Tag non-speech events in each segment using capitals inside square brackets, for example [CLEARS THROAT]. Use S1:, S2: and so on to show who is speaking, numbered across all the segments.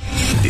S1: The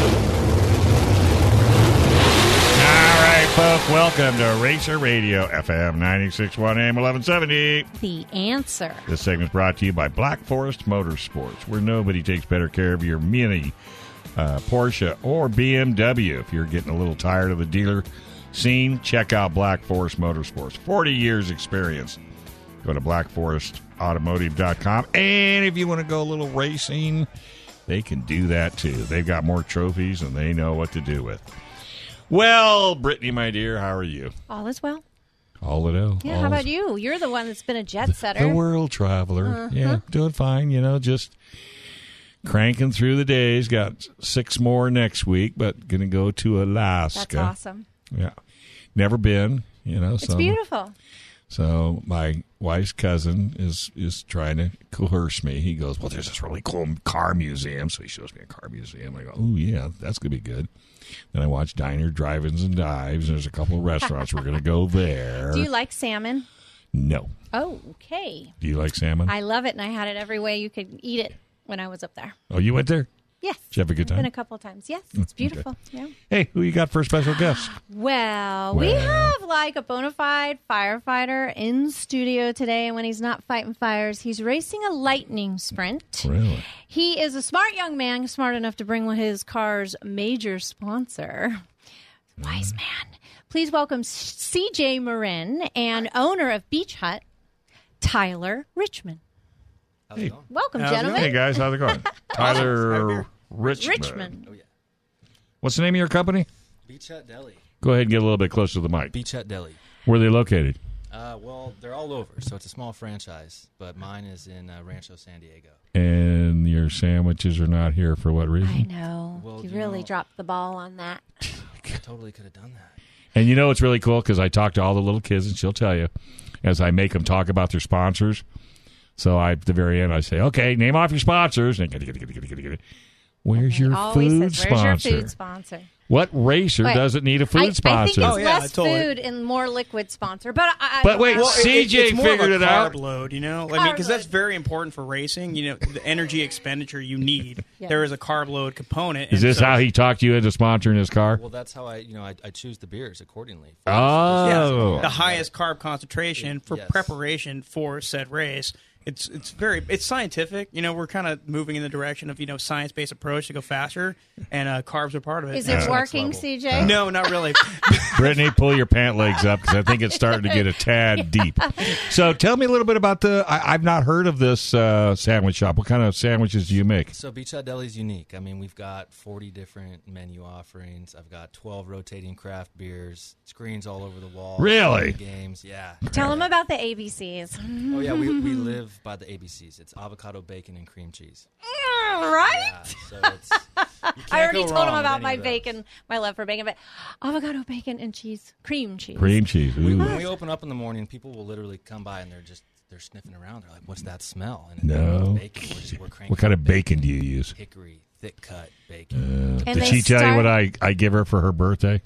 S2: All right, folks, welcome to Racer Radio, FM 961 AM 1170.
S3: the answer.
S2: This segment's brought to you by Black Forest Motorsports, where nobody takes better care of your Mini, uh, Porsche, or BMW. If you're getting a little tired of the dealer scene, check out Black Forest Motorsports. 40 years experience. Go to blackforestautomotive.com. And if you want to go a little racing, they can do that too. They've got more trophies and they know what to do with. Well, Brittany, my dear, how are you?
S3: All is well.
S2: All in all.
S3: Yeah,
S2: all
S3: how
S2: is
S3: about you? You're the one that's been a jet setter.
S2: the world traveler.
S3: Uh-huh.
S2: Yeah, doing fine. You know, just cranking through the days. Got six more next week, but gonna go to Alaska.
S3: that's awesome.
S2: Yeah, never been. You know,
S3: It's
S2: so
S3: beautiful.
S2: so my wife's cousin is is trying to coerce me. He goes, "Well, there's this really cool car museum." So he shows me a car museum. I go, "Oh yeah, that's gonna be good." Then I watch Diner Drive-ins and Dives. There's a couple of restaurants we're gonna
S3: [LAUGHS]
S2: go there.
S3: Do you like salmon?
S2: no.
S3: Oh, okay.
S2: Do you like salmon?
S3: I love it, and I had it every way you could eat it when I was up there.
S2: oh, you went there.
S3: Yes.
S2: Did you have a good
S3: I've Been
S2: time? Mm,
S3: a couple times. Yes, it's beautiful. Yeah.
S2: Hey, who you got for a special guest?
S3: Well, we
S2: Well.
S3: have like a bona fide firefighter in studio today, and when he's not fighting fires, he's racing a lightning sprint.
S2: Really?
S3: He is a smart young man, smart enough to bring his car's major sponsor. Wise man. Please welcome CJ Marin and owner of Beach Hut, Tyler Richmond.
S2: Hey.
S3: Welcome,
S2: Hey
S3: gentlemen.
S2: guys, how's it
S3: [LAUGHS]
S2: going? Tyler Richmond.
S3: Richmond.
S2: What's the name of your company?
S4: Beach Hut Deli.
S2: Go ahead and get a little bit closer to the mic.
S4: Beach Hut Deli.
S2: Where are they located?
S4: Uh, well, they're all over, so it's a small franchise, but mine is in uh, Rancho San Diego.
S2: And your sandwiches are not here for what
S3: I
S2: reason?
S3: know.
S4: Well,
S3: you
S4: do you
S3: really
S4: know-
S3: dropped the ball on that.
S4: I totally could have done that.
S2: And you know it's really cool because I talk to all the little kids, and she'll tell you as I make them talk about their sponsors. So I, at the very end, I say, "Okay, name off your sponsors." And Where's your
S3: Always
S2: food
S3: says, Where's
S2: sponsor?
S3: your food sponsor?
S2: What racer
S3: Wait.
S2: doesn't need a food
S3: I, I think
S2: sponsor?
S3: it's
S5: Oh, yeah, I
S3: less
S5: totally-
S3: food and more liquid sponsor. But uh, I, I
S2: But wait,
S5: Well, it-
S2: CJ
S5: it's more of a
S2: figured it
S5: carb
S2: out.
S5: Load, you know, I mean,
S3: Carb
S5: because that's
S3: load.
S5: very important for racing. You know, the energy expenditure you need.
S3: [LAUGHS] Yeah.
S5: There is a carb load component.
S2: Is
S5: and
S2: this
S5: so-
S2: how he talked you into sponsoring his car?
S4: Well, that's how I, you know, I, I choose the beers accordingly.
S2: Oh,
S5: The highest carb concentration for
S4: Yes.
S5: preparation for said race. It's it's very it's scientific. You know, we're kind of moving in the direction of you know science based approach to go faster, and uh, carbs are part of it.
S3: is
S5: And
S3: it
S5: so-
S3: working, CJ?
S5: No, not
S3: [LAUGHS]
S5: really.
S2: Uh, Brittany, pull your pant legs up because I think it's starting to get a
S5: [LAUGHS]
S2: tad deep. So, tell me a little bit about the. I, I've not heard of this uh, sandwich shop. What kind of sandwiches do you make?
S4: So Beach Hut Deli is unique. I mean, we've got 40 different menu offerings. I've got 12 rotating craft beers, screens all over the wall.
S2: Really?
S4: Games, yeah.
S3: Tell them about the ABCs.
S4: Oh, yeah, we, we live by the ABCs. It's avocado, bacon, and cream cheese.
S3: right?
S4: Yeah, so it's,
S3: [LAUGHS]
S4: you can't
S3: I already
S4: go
S3: told
S4: wrong
S3: him
S4: with
S3: about
S4: any
S3: my
S4: of those.
S3: bacon, my love for bacon, but avocado bacon and cheese, cream cheese.
S2: Cream cheese. Ooh.
S4: When we open up in the morning, people will literally come by and they're just they're sniffing around. They're like, "What's that smell?" And
S2: No.
S4: it's bacon. We're just, we're cranking
S2: What kind of
S4: out
S2: bacon do you use? Uh,
S4: Hickory, thick cut bacon.
S3: And
S2: Did
S3: they
S2: she tell you what
S3: start-
S2: I, I give her for her birthday?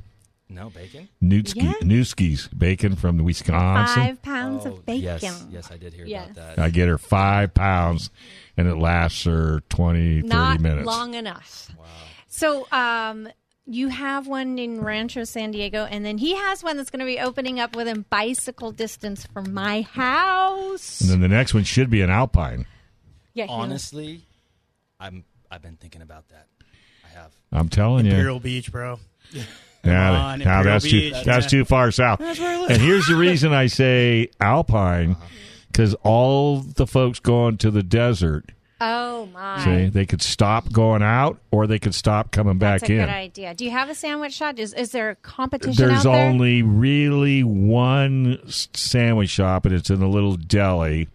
S4: no bacon.
S2: Newtski,
S3: Yeah.
S2: Newski's bacon from Wisconsin.
S3: Ah, Five pounds of bacon.
S4: Oh, Yes, yes, I did hear
S3: Yes.
S4: about that.
S2: I get her five pounds, and it lasts her 20, 30
S3: Not
S2: minutes.
S3: long enough. So, um, you have one in Rancho San Diego, and then he has one that's going to be opening up within bicycle distance from my house.
S2: And then the next one should be an Alpine.
S3: Yeah, he was-
S4: honestly, I'm I've been thinking about that. I have.
S2: I'm telling you.
S5: Imperial Beach, bro.
S2: Now,
S5: Come on, Imperial
S2: that's too
S5: Beach.
S2: that's too far south. And here's the reason I say alpine,
S5: Uh-huh.
S2: because all the folks going to the desert,
S3: Oh my.
S2: see, they could stop going out or they could stop coming
S3: That's
S2: back
S3: a
S2: in.
S3: good idea. Do you have a sandwich shop? Is, is there a competition
S2: There's
S3: out there?
S2: only really one s- sandwich shop, and it's in a little deli,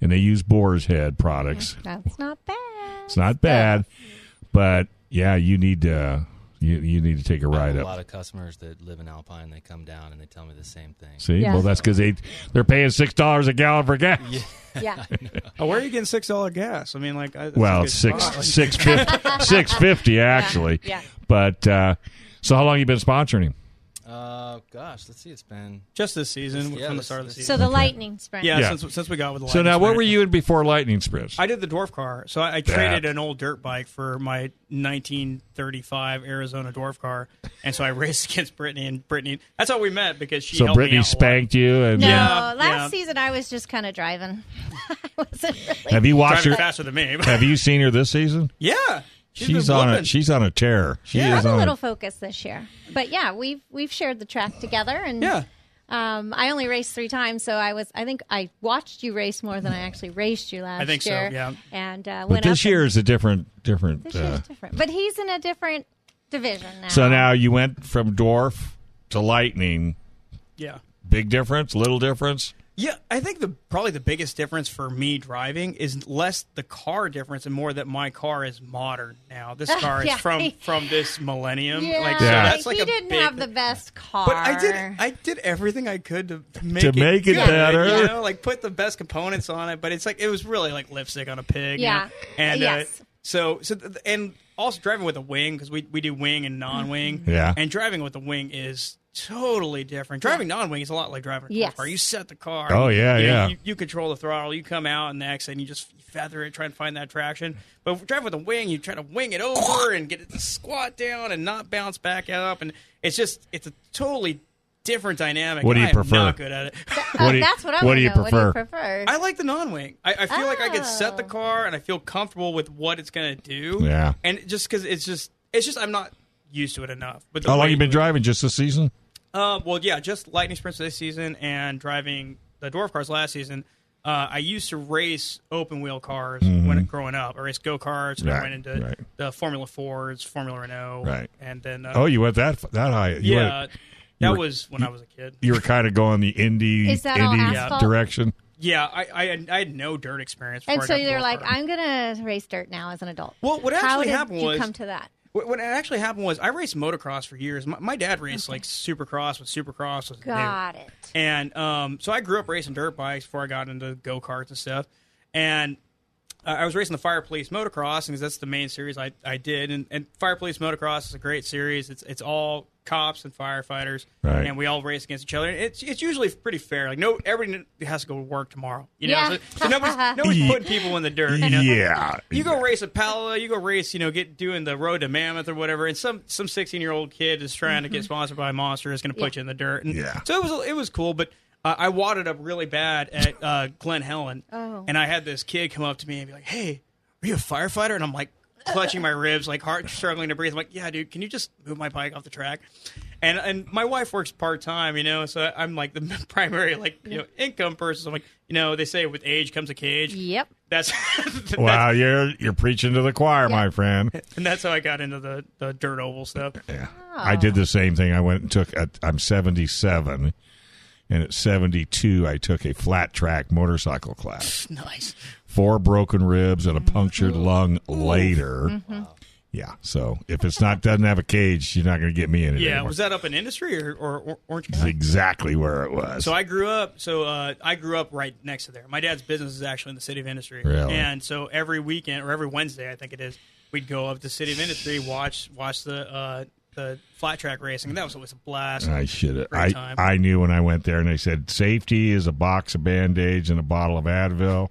S2: and they use Boar's Head products.
S3: That's not
S5: [LAUGHS]
S3: bad.
S2: It's not bad, but yeah, you need to you you need to take a
S4: I have
S2: ride
S4: a
S2: up.
S4: lot of customers that live in Alpine. They come down and they tell me the same thing.
S2: See,
S3: Yeah.
S2: well, that's because they they're paying six dollars a gallon for gas.
S3: Yeah.
S5: Oh, where are you getting six dollar gas? I mean, like, I, that's a
S2: Well,
S5: good
S2: it's six
S5: spot. Like,
S2: six [LAUGHS] fifty six fifty actually.
S3: yeah.
S2: But uh, so, how long you been sponsoring him?
S4: Uh, gosh, let's see. It's been
S5: just this season
S4: Yeah,
S5: from the
S4: this-
S5: start of the
S4: this-
S5: season.
S3: So the lightning sprint.
S5: yeah,
S2: Yeah.
S5: Since, since we got with the
S2: So now,
S5: Lightning
S2: what
S5: Sprint.
S2: were you in before Lightning Sprints?
S5: I did the dwarf car. So I, I traded an old dirt bike for my 1935 Arizona dwarf car, and so I [LAUGHS] raced against Brittany. And Brittany, that's how we met because she
S2: so
S5: helped me
S2: Brittany
S5: out a lot.
S2: spanked you, and
S3: No,
S5: Yeah,
S3: last
S5: yeah.
S3: season I was just kind of driving. [LAUGHS] I wasn't
S2: [LAUGHS]
S3: really.
S2: have you watched
S5: driving
S2: her?
S5: faster than me.
S2: [LAUGHS] Have you seen her this season?
S5: yeah, she's,
S2: She's
S5: been
S2: on a
S5: whooping.
S2: she's on a tear. She
S5: Yeah.
S2: is
S3: I'm a
S2: on.
S3: little focused this year, but yeah, we've we've shared the track together, and
S5: Yeah.
S3: um, I only raced three times, so I was I think I watched you race more than I actually raced you last
S5: think so,
S3: year.
S5: yeah.
S3: and uh,
S2: but
S3: went
S2: this
S3: up and-
S2: year is a different different.
S3: this
S2: uh,
S3: year's different. But he's in a different division now.
S2: So now you went from dwarf to lightning.
S5: yeah.
S2: Big difference, little difference.
S5: Yeah, I think the probably the biggest difference for me driving is less the car difference and more that my car is modern now.
S3: [LAUGHS]
S5: This car
S3: Yeah.
S5: is from from this millennium.
S3: yeah,
S5: Like, so
S2: Yeah.
S5: that's like
S3: he
S5: a
S3: didn't
S5: big-
S3: have the best car,
S5: But I did I did everything I could to, to make
S2: To
S5: it
S2: make it
S5: good,
S2: better.
S5: You know, like put the best components on it. But it's like it was really like lipstick on a pig. you
S3: Yeah.
S5: know? And
S3: Yes.
S5: uh, so so th- and also driving with a wing because we we do wing and non-wing.
S2: Mm-hmm. Yeah.
S5: And driving with a wing is. Totally different. Driving non-wing is a lot like driving a
S3: Yes.
S5: car. You set the car.
S2: Oh, yeah,
S5: You know,
S2: yeah.
S5: You, you control the throttle. You come out and next, and you just feather it, try and find that traction. But if you drive with a wing, you try to wing it over and get it to squat down and not bounce back up, and it's just it's a totally different dynamic.
S2: What do
S5: and
S2: you
S5: I am
S2: prefer?
S5: Not good at it. [LAUGHS]
S3: Oh,
S2: What do you-
S3: that's what I
S2: what
S3: want
S2: do
S3: to
S2: you
S3: know. What do
S2: prefer?
S3: you prefer?
S5: I like the non-wing. I, I feel like I can set the
S3: Oh.
S5: car and I feel comfortable with what it's going to do.
S2: Yeah.
S5: and just because it's just it's just I'm not used to it enough. But the
S2: How long you
S5: wing-
S2: been driving? Just this season?
S5: Uh, well, yeah, just lightning sprints this season and driving the dwarf cars last season. Uh, I used to race open wheel cars when growing up. I raced go karts. and I
S2: Mm-hmm. Right,
S5: went into
S2: right.
S5: the Formula Fords, Formula Renault,
S2: Right.
S5: and then uh,
S2: Oh, you went that that high? You
S5: yeah,
S2: went-
S5: that
S2: were-
S5: was when I was a kid.
S2: you were kind of going the indie
S3: Is that all
S2: indie
S3: asphalt?
S2: direction.
S5: Yeah, I, I, had- I had no dirt experience.
S3: and
S5: before I
S3: so
S5: got the
S3: they're
S5: dwarf
S3: like,
S5: car.
S3: I'm gonna race dirt now as an adult.
S5: Well, what
S3: How
S5: actually
S3: did
S5: happened
S3: you
S5: was-
S3: come to that?
S5: What, what actually happened was I raced motocross for years. My, my dad raced like supercross, with supercross was new.
S3: Got it.
S5: And um, so I grew up racing dirt bikes before I got into go karts and stuff. And uh, I was racing the Fire Police Motocross because that's the main series I, I did. And, and Fire Police Motocross is a great series. It's it's all cops and firefighters,
S2: Right.
S5: and we all race against each other. It's it's usually pretty fair. Like no, everybody has to go to work tomorrow. You know,
S3: Yeah.
S5: so, so nobody's, nobody's putting people in the dirt. You know?
S2: Yeah.
S5: You go race at Pala, you go race, you know, get doing the road to Mammoth or whatever, and some some sixteen year old kid is trying to get sponsored by Monster is going to put you in the dirt. And
S2: Yeah.
S5: So it was it was cool, but uh, I wadded up really bad at uh, Glen Helen, oh. and I had this kid come up to me and be like, "Hey, are you a firefighter?" And I'm like clutching my ribs, like heart struggling to breathe. I'm like, "Yeah, dude, can you just move my bike off the track?" And and my wife works part time, you know, so I'm like the [LAUGHS] primary like you know income person. So I'm like, you know, they say with age comes a cage.
S3: Yep.
S5: That's [LAUGHS] that's
S2: Wow, you're you're preaching to the choir, my friend.
S5: and that's how I got into the, the dirt oval stuff.
S2: I did the same thing. I went and took. A, I'm 77, and at 72, I took a flat track motorcycle class.
S5: [LAUGHS] Nice.
S2: Four broken ribs and a punctured lung later.
S3: Mm-hmm.
S2: Yeah. So if it's not doesn't have a cage, you're not going to get me in it.
S5: Yeah,
S2: anymore.
S5: was that up in industry or, or, or Orange
S2: That's
S5: County?
S2: exactly where it was.
S5: So I grew up. So uh, I grew up right next to there. My dad's business is actually in the city of industry,
S2: Really?
S5: and so every weekend or every Wednesday, I think it is, we'd go up to city of industry, watch watch the uh, the flat track racing. That was always a blast.
S2: I should have.
S5: Great
S2: I,
S5: time.
S2: I knew when I went there, and they said safety is a box of band aids and a bottle of Advil.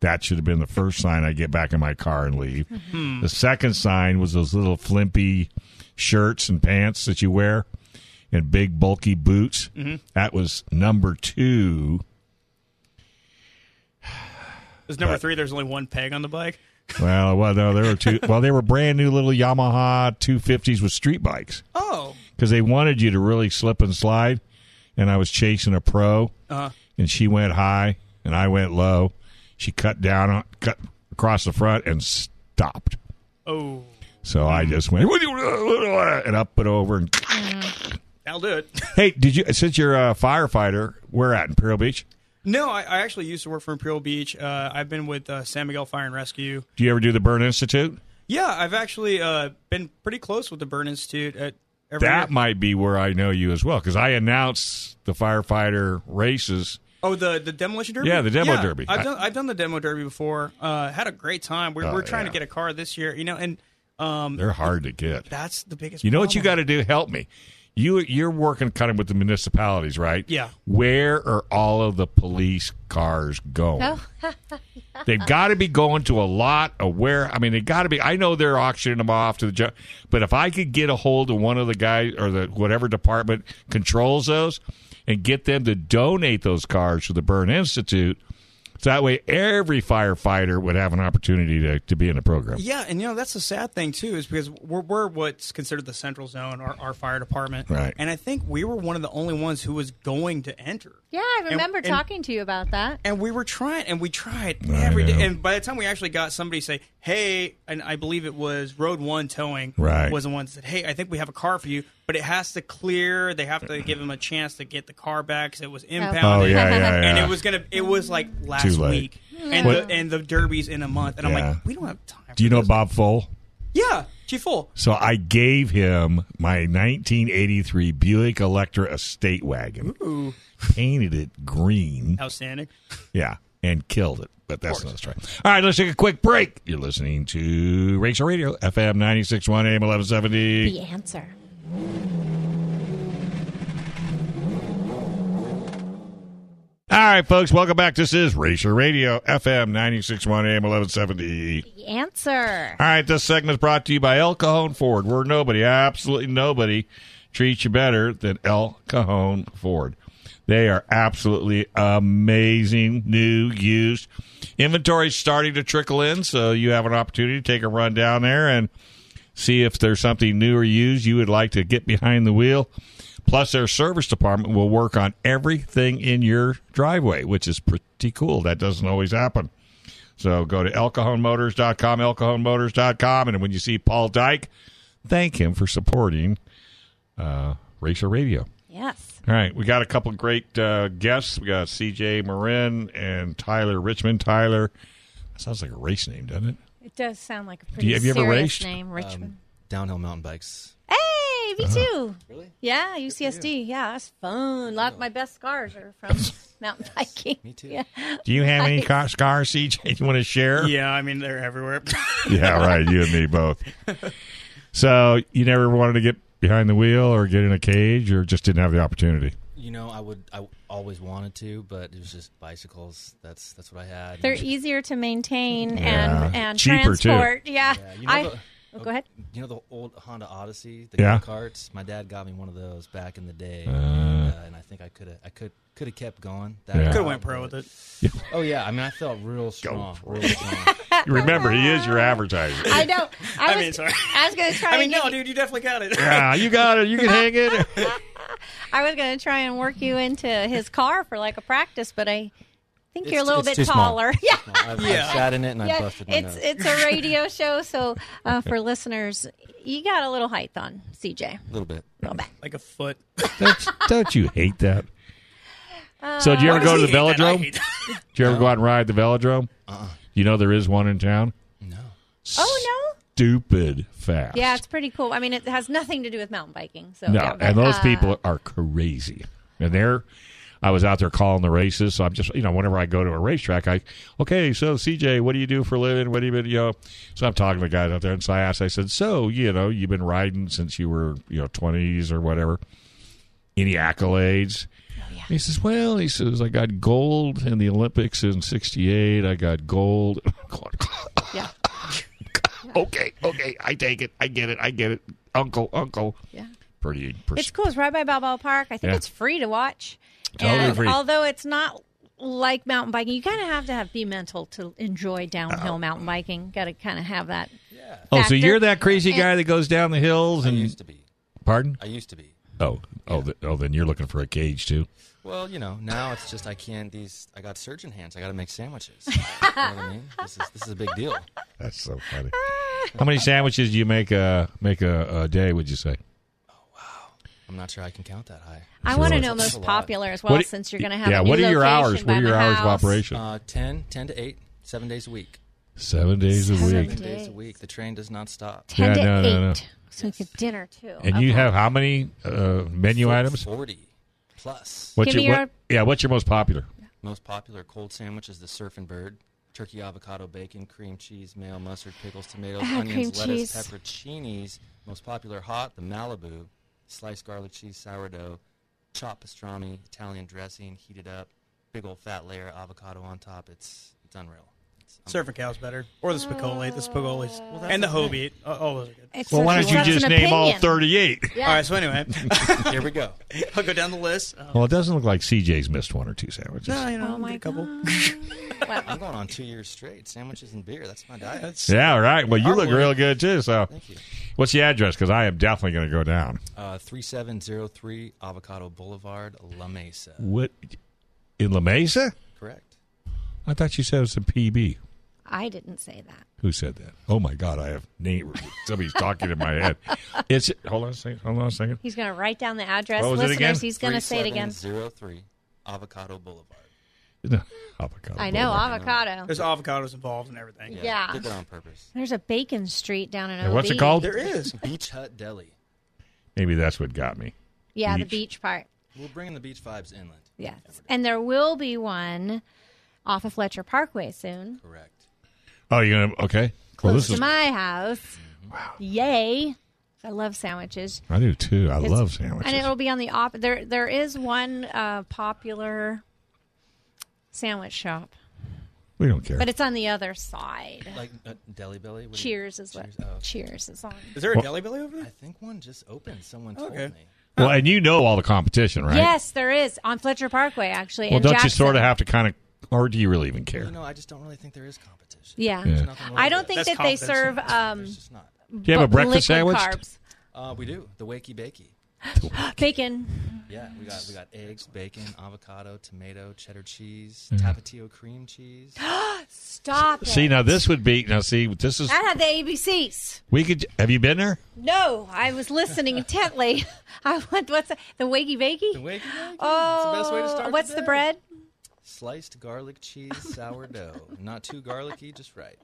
S2: That should have been the first sign I get back in my car and leave.
S5: Mm-hmm.
S2: The second sign was those little flimpy shirts and pants that you wear and big bulky boots.
S5: Mm-hmm.
S2: That was number two.
S5: Because number
S2: But-
S5: three, there's only one peg on the bike.
S2: Well, well, no, there were two. Well, they were brand new little Yamaha 250s with street bikes
S5: Oh,
S2: because they wanted you to really slip and slide. And I was chasing a pro,
S5: Uh-huh.
S2: and she went high, and I went low. She cut down, on, cut across the front, and stopped.
S5: oh,
S2: So I just went and up and over. And
S5: that'll do it. [LAUGHS]
S2: hey, did you? Since you're a firefighter, where at in Imperial Beach?
S5: no, I, I actually used to work for Imperial Beach. Uh, I've been with uh, San Miguel Fire and Rescue.
S2: Do you ever do the Burn Institute?
S5: Yeah, I've actually uh, been pretty close with the Burn Institute at every year.
S2: That might be where I know you as well because I announce the firefighter races.
S5: Oh, the the demolition derby.
S2: Yeah, the demo derby. I-
S5: I've done I've done the demo derby before. Uh, had a great time. We're,
S2: Oh,
S5: we're trying to
S2: yeah.
S5: get a car this year, you know, and um,
S2: They're hard to get.
S5: that's the biggest.
S2: You know what you got
S5: problem.
S2: to do? Help me. You you're working kind of with the municipalities, right?
S5: Yeah.
S2: Where are all of the police cars going?
S5: Oh.
S2: [LAUGHS] They've got to be going to a lot of where. I mean, they got to be. I know they're auctioning them off to the judge, but if I could get a hold of one of the guys or the whatever department controls those, and get them to donate those cars to the Burn Institute, so that way every firefighter would have an opportunity to, to be in the program.
S5: Yeah, and you know that's the sad thing too, is because we're, we're what's considered the central zone, our, our fire department,
S2: Right.
S5: And I think we were one of the only ones who was going to enter.
S3: Yeah, I
S5: And-
S3: remember
S5: and-
S3: talking to you about that.
S5: and we were trying and we tried
S2: I
S5: every day
S2: know.
S5: and by the time we actually got somebody say hey and i believe it was road one towing
S2: Right.
S5: was the one that said hey i think we have a car for you but it has to clear they have to give them a chance to get the car back because it was impounded
S2: Oh yeah, yeah, yeah.
S5: [LAUGHS] and it was gonna it was like last
S2: Too late.
S5: week and
S2: What-
S5: the, and the derby's in a month and i'm
S2: Yeah.
S5: like we don't have time
S2: Do you
S5: for
S2: know
S5: this.
S2: Bob Fole?
S5: yeah chief full
S2: So I gave him my 1983 Buick Electra estate wagon, painted it green,
S5: outstanding
S2: yeah, and killed it. But that's another story. All right, let's take a quick break. You're listening to Racer Radio, FM 96.1 AM 1170.
S3: The answer.
S2: All right, folks, welcome back. This is Racer Radio, FM 96.1 AM 1170.
S3: The answer.
S2: All right, this segment is brought to you by El Cajon Ford, where nobody, absolutely nobody, treats you better than El Cajon Ford. They are absolutely amazing, new, used. Inventory's starting to trickle in, so you have an opportunity to take a run down there and see if there's something new or used you would like to get behind the wheel. Plus, their service department will work on everything in your driveway, which is pretty cool. That doesn't always happen. So go to elcajonmotors.com, elcajonmotors.com, and when you see Paul Dyke, thank him for supporting uh, Racer Radio.
S3: Yes.
S2: All right, we got a couple great uh, guests. We got CJ Marin and Tyler Richmond. Tyler, that sounds like a race name, doesn't it?
S3: It does sound like a pretty
S2: Do you- have you ever
S3: serious
S2: raced?
S3: name, Richmond.
S5: Um,
S4: Downhill mountain bikes.
S3: hey,
S2: Uh-huh.
S3: me too. Really? Yeah, UCSD. Yeah, that's fun. A lot of my best scars are
S5: [LAUGHS]
S3: from mountain biking. Me too. Yeah.
S2: Do you have any car- scars, CJ, [LAUGHS] you want to share?
S5: yeah i mean they're
S2: [LAUGHS]
S5: everywhere
S2: yeah, right. You and me both. So you never wanted to get behind the wheel or get in a cage or just didn't have the opportunity?
S4: You know, I would I always wanted to, but it was just bicycles. That's that's what I had.
S3: They're easier to maintain
S2: Yeah.
S3: and and
S2: Cheaper, too.
S3: transport. Yeah.
S4: you know
S3: I.
S4: the-
S3: oh, go [LAUGHS] ahead.
S4: You know the old Honda Odyssey, the
S2: Yeah.
S4: go-karts. My dad got me one of those back in the day, and, uh, and I think I could have, I could, could have kept going. That
S2: Yeah.
S5: could
S4: route,
S5: have went pro with
S4: but-
S5: it
S4: Oh yeah, I mean, I felt real strong, real strong.
S2: Remember, he is your advertiser.
S3: I know. I,
S5: I
S3: was,
S5: mean, sorry.
S3: I was going to try.
S5: i mean
S3: and
S5: no
S3: get-
S5: dude you definitely got it [LAUGHS]
S2: Yeah, Ah, you got it. You can hang it.
S3: I was going to try and work you into his car for like a practice, but I think you're a little
S4: it's
S3: bit
S4: too small.
S3: taller. [LAUGHS] Yeah.
S4: I, I sat in it and I
S3: Yeah,
S4: busted my
S3: it's
S4: nose.
S3: it's
S4: [LAUGHS]
S3: a radio show, so uh, for listeners, you got a little height on CJ.
S4: a little bit. [LAUGHS]
S5: like a foot
S2: Don't, don't you hate that? so,
S5: Uh,
S2: do you ever go
S5: [LAUGHS]
S2: to the
S5: Hate that, I
S2: velodrome?
S5: hate that.
S2: Do you ever go out and ride the velodrome? Uh-uh. You know there is one in town.
S3: Oh
S2: Stupid fast.
S3: no! Yeah, it's pretty cool. I mean, it has nothing to do with mountain biking. So
S2: No,
S3: yeah, but,
S2: and those
S3: uh,
S2: people are crazy. And they're, I was out there calling the races. So I'm just, you know, whenever I go to a racetrack, I, okay, so CJ, what do you do for a living? What do you been, you know? So I'm talking to guys out there, and so I asked, I said, so you know, you've been riding since you were, you know, 20s or whatever. Any accolades?
S3: Oh,
S2: He says, well, he says, I got gold in the Olympics in '68. I got gold. [LAUGHS]
S3: uh, Yeah,
S2: okay, okay, I take it. I get it. I get it. Uncle, uncle.
S3: yeah,
S2: Pretty.
S3: it's cool. It's right by Balboa Park. I think
S2: Yeah.
S3: it's free to watch.
S2: totally
S3: And
S2: free.
S3: Although it's not like mountain biking, you kind of have to have be mental to enjoy
S2: Uh-huh.
S3: downhill mountain biking. Got to kind of have that.
S2: Oh, so
S3: factor.
S2: you're that crazy guy
S3: And-
S2: that goes down the hills
S4: I
S2: and
S4: used to be.
S2: pardon?
S4: I used to be.
S2: Oh, oh, th- oh, then you're looking for a cage too.
S4: Well, you know, now it's just I can't. These I got surgeon hands. I got to make sandwiches. [LAUGHS] you know what I mean? This is this is a big deal.
S2: That's so funny.
S3: Ah.
S2: How many sandwiches do you make uh make a, a day? Would you say?
S4: I'm not sure I can count that high.
S3: I want to
S2: Sure.
S3: know
S4: That's a
S3: most
S4: lot.
S3: popular as well,
S2: What-
S3: since you're going to have
S2: yeah.
S3: A new
S2: What are your
S3: location
S2: hours? What
S3: by
S2: are your
S3: the
S2: hours of
S3: house.
S2: operation?
S4: Uh, 10, 10 to eight, seven days a week.
S2: Seven days a
S3: Seven
S2: week,
S4: Seven days
S3: Days.
S4: a week. The train does not stop.
S3: Ten
S2: Yeah,
S3: to
S2: no,
S3: eight.
S2: no, no.
S3: So you could dinner too.
S2: and you have how many uh, menu
S4: Fo-
S2: items?
S4: Forty plus.
S2: What's
S3: Give
S2: your,
S3: me
S2: what- yeah? What's your most popular?
S4: Most popular cold sandwich is the surf and bird. Turkey, avocado, bacon, cream cheese, mayo, mustard, pickles, tomatoes,
S3: Ah,
S4: onions,
S3: cream
S4: lettuce,
S3: cheese.
S4: pepperoncinis. Most popular hot, the Malibu, sliced garlic cheese, sourdough, chopped pastrami, Italian dressing, heated up, big old fat layer of avocado on top. It's it's unreal.
S5: Surfing cow's better, or the spicoli, the
S3: Oh,
S5: spigolis, and the hoagie. Uh, all those are good.
S3: It's
S2: Well, why
S3: such
S2: don't
S3: a-
S2: you
S3: such
S2: just
S3: an
S2: name all
S3: opinion.
S2: thirty-eight?
S5: All right, so anyway,
S4: Here we go.
S5: [LAUGHS] I'll go down the list. Uh,
S2: Well, it doesn't look like CJ's missed one or two sandwiches.
S5: no, you know,
S3: Oh my
S5: a couple.
S4: I'm going on two years straight. Sandwiches and beer. That's my diet.
S2: Yeah, all right. Well, you look
S4: Artwork.
S2: real good too. So,
S4: Thank you.
S2: what's the address? Because I am definitely going to go down.
S4: Uh, 3703 Avocado Boulevard, La Mesa.
S2: What in La Mesa?
S4: Correct.
S2: I thought you said it was a PB.
S3: I didn't say that.
S2: Who said that? Oh my God! I have name. Somebody's talking in my [LAUGHS] head. It's hold on a second. Hold on a second.
S3: He's going to write down the address.
S2: What was it
S3: Listeners,
S2: again?
S3: he's going to say it again.
S4: 3703 Avocado Boulevard.
S2: No, avocado.
S3: I know
S2: Boulevard.
S3: avocado.
S5: There's avocados involved and everything.
S3: Yeah.
S4: Did that on purpose.
S3: There's a Bacon Street down in.
S2: And what's it
S3: OB.
S2: called?
S5: There is.
S4: Beach Hut Deli.
S2: Maybe that's what got me.
S3: Yeah, the
S2: Beach.
S3: beach part.
S4: We're bringing the beach vibes inland.
S3: Yes, and there will be one off of Fletcher Parkway soon,
S4: Correct.
S2: Oh, you're gonna okay? Well,
S3: close
S2: this
S3: to
S2: is. Mm-hmm.
S3: my house. Yay! I love sandwiches.
S2: I do too. I
S3: It's-
S2: love sandwiches.
S3: And it'll be on the op. There, there is one uh, popular sandwich shop,
S2: we don't care.
S3: but it's on the other side.
S4: Like uh, Deli Belly? What do you-
S3: Cheers is what.
S4: Cheers. Oh,
S3: Cheers is on.
S5: Is there a
S2: Well-
S5: deli belly over
S4: I
S5: there?
S4: think one just opened. Someone told
S5: Okay.
S4: me.
S2: well, and you know all the competition, right?
S3: um, Yes, there is on Fletcher Parkway actually.
S2: Well,
S3: and
S2: don't you
S3: Jackson.
S2: sort of have to kind of, or do you really even care?
S4: You know, I just don't really think there is competition.
S3: Yeah.
S2: Yeah.
S4: nothing wrong
S3: I
S4: with
S3: don't
S4: it.
S3: think
S5: That's
S3: that they
S5: confidence.
S3: serve. Um,
S4: There's just not.
S2: do you have a
S3: bu-
S2: breakfast sandwich?
S3: liquid Carbs.
S4: Uh, we do. The Wakey Bakey.
S3: Bacon.
S4: Yeah, we got we got eggs, bacon, avocado, tomato, cheddar cheese, tapatio cream cheese.
S3: Stop it.
S2: See, now this would be now. See, this is
S3: That had the ABCs.
S2: we could. Have you been there?
S3: No, I was listening intently. [LAUGHS] I want what's the, the wakey
S4: The
S3: bakey?
S4: Wakey Bakey.
S3: Oh,
S4: it's the best way to start.
S3: what's the
S4: day.
S3: bread?
S4: Sliced garlic
S3: [LAUGHS]
S4: cheese sourdough. Not too garlicky, just right.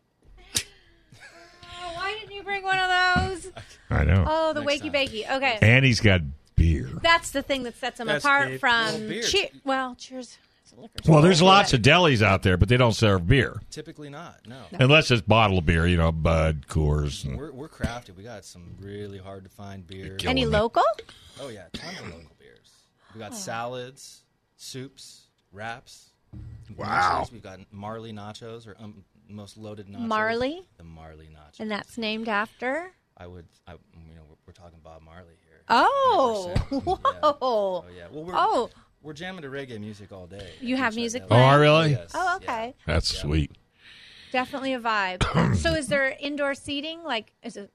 S3: Oh, why didn't you bring one
S4: [LAUGHS]
S3: of those?
S2: I know.
S3: Oh, the
S4: Next
S3: wakey
S4: time.
S3: bakey. Okay,
S2: and he's got beer.
S3: that's the thing that sets them
S5: That's
S3: apart
S5: the-
S3: from
S4: beer.
S3: che- well, cheers. It's a liquor
S2: Well,
S3: store.
S2: there's lots
S3: But-
S2: of delis out there, but they don't serve beer
S4: Typically not. No.
S2: unless it's bottled beer. You know, Bud, Coors. And,
S4: We're, we're crafty. We got some really hard to find beer.
S2: Yep.
S3: any
S2: element.
S3: local.
S4: Oh yeah, tons of local beers. We got salads, soups, wraps.
S2: Wow.
S4: nachos. We've got Marley nachos or um, most loaded nachos.
S3: Marley?
S4: The Marley nachos.
S3: And that's named after.
S4: I would. I, you know, we're, we're talking Bob Marley here.
S3: Oh, [LAUGHS]
S4: 100%. Yeah.
S3: whoa!
S4: Oh yeah. Well, we're,
S3: Oh.
S4: we're jamming to reggae music all day.
S3: You have music
S2: oh,
S3: playing?
S2: I really?
S3: Oh, okay.
S2: That's sweet.
S3: Definitely
S2: [COUGHS]
S3: a vibe. so, is there indoor seating? Like, is it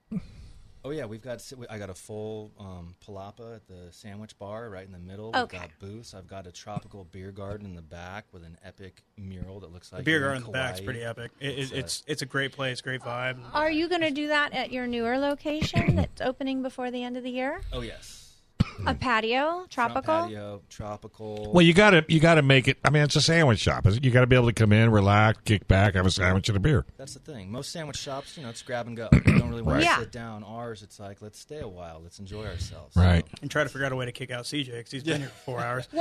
S4: Oh yeah, we've got. I got a full um, palapa at the sandwich bar right in the middle.
S3: Okay.
S4: We've got booths. I've got a tropical beer garden in the back with an epic mural that looks like
S5: The beer
S4: you're
S5: garden in the back's
S4: Kauai.
S5: pretty epic. It, it, it's it's a great place, great vibe.
S3: Are you going to do that at your
S4: [COUGHS]
S3: newer location that's opening before the end of the year?
S4: Oh yes,
S3: A patio,
S4: Front
S3: tropical?
S4: patio, tropical.
S2: Well, you gotta you gotta make it. I mean, it's a sandwich shop. You gotta be able to come in, relax, kick back, have a sandwich and a beer.
S4: That's the thing. Most sandwich shops, you know, it's grab and go. You don't really want
S3: Right.
S4: to
S3: Yeah.
S4: sit down. Ours, it's like let's stay a while, let's enjoy ourselves.
S2: Right.
S5: And try to figure out a way to kick out CJ because he's been here for four hours.
S3: Well,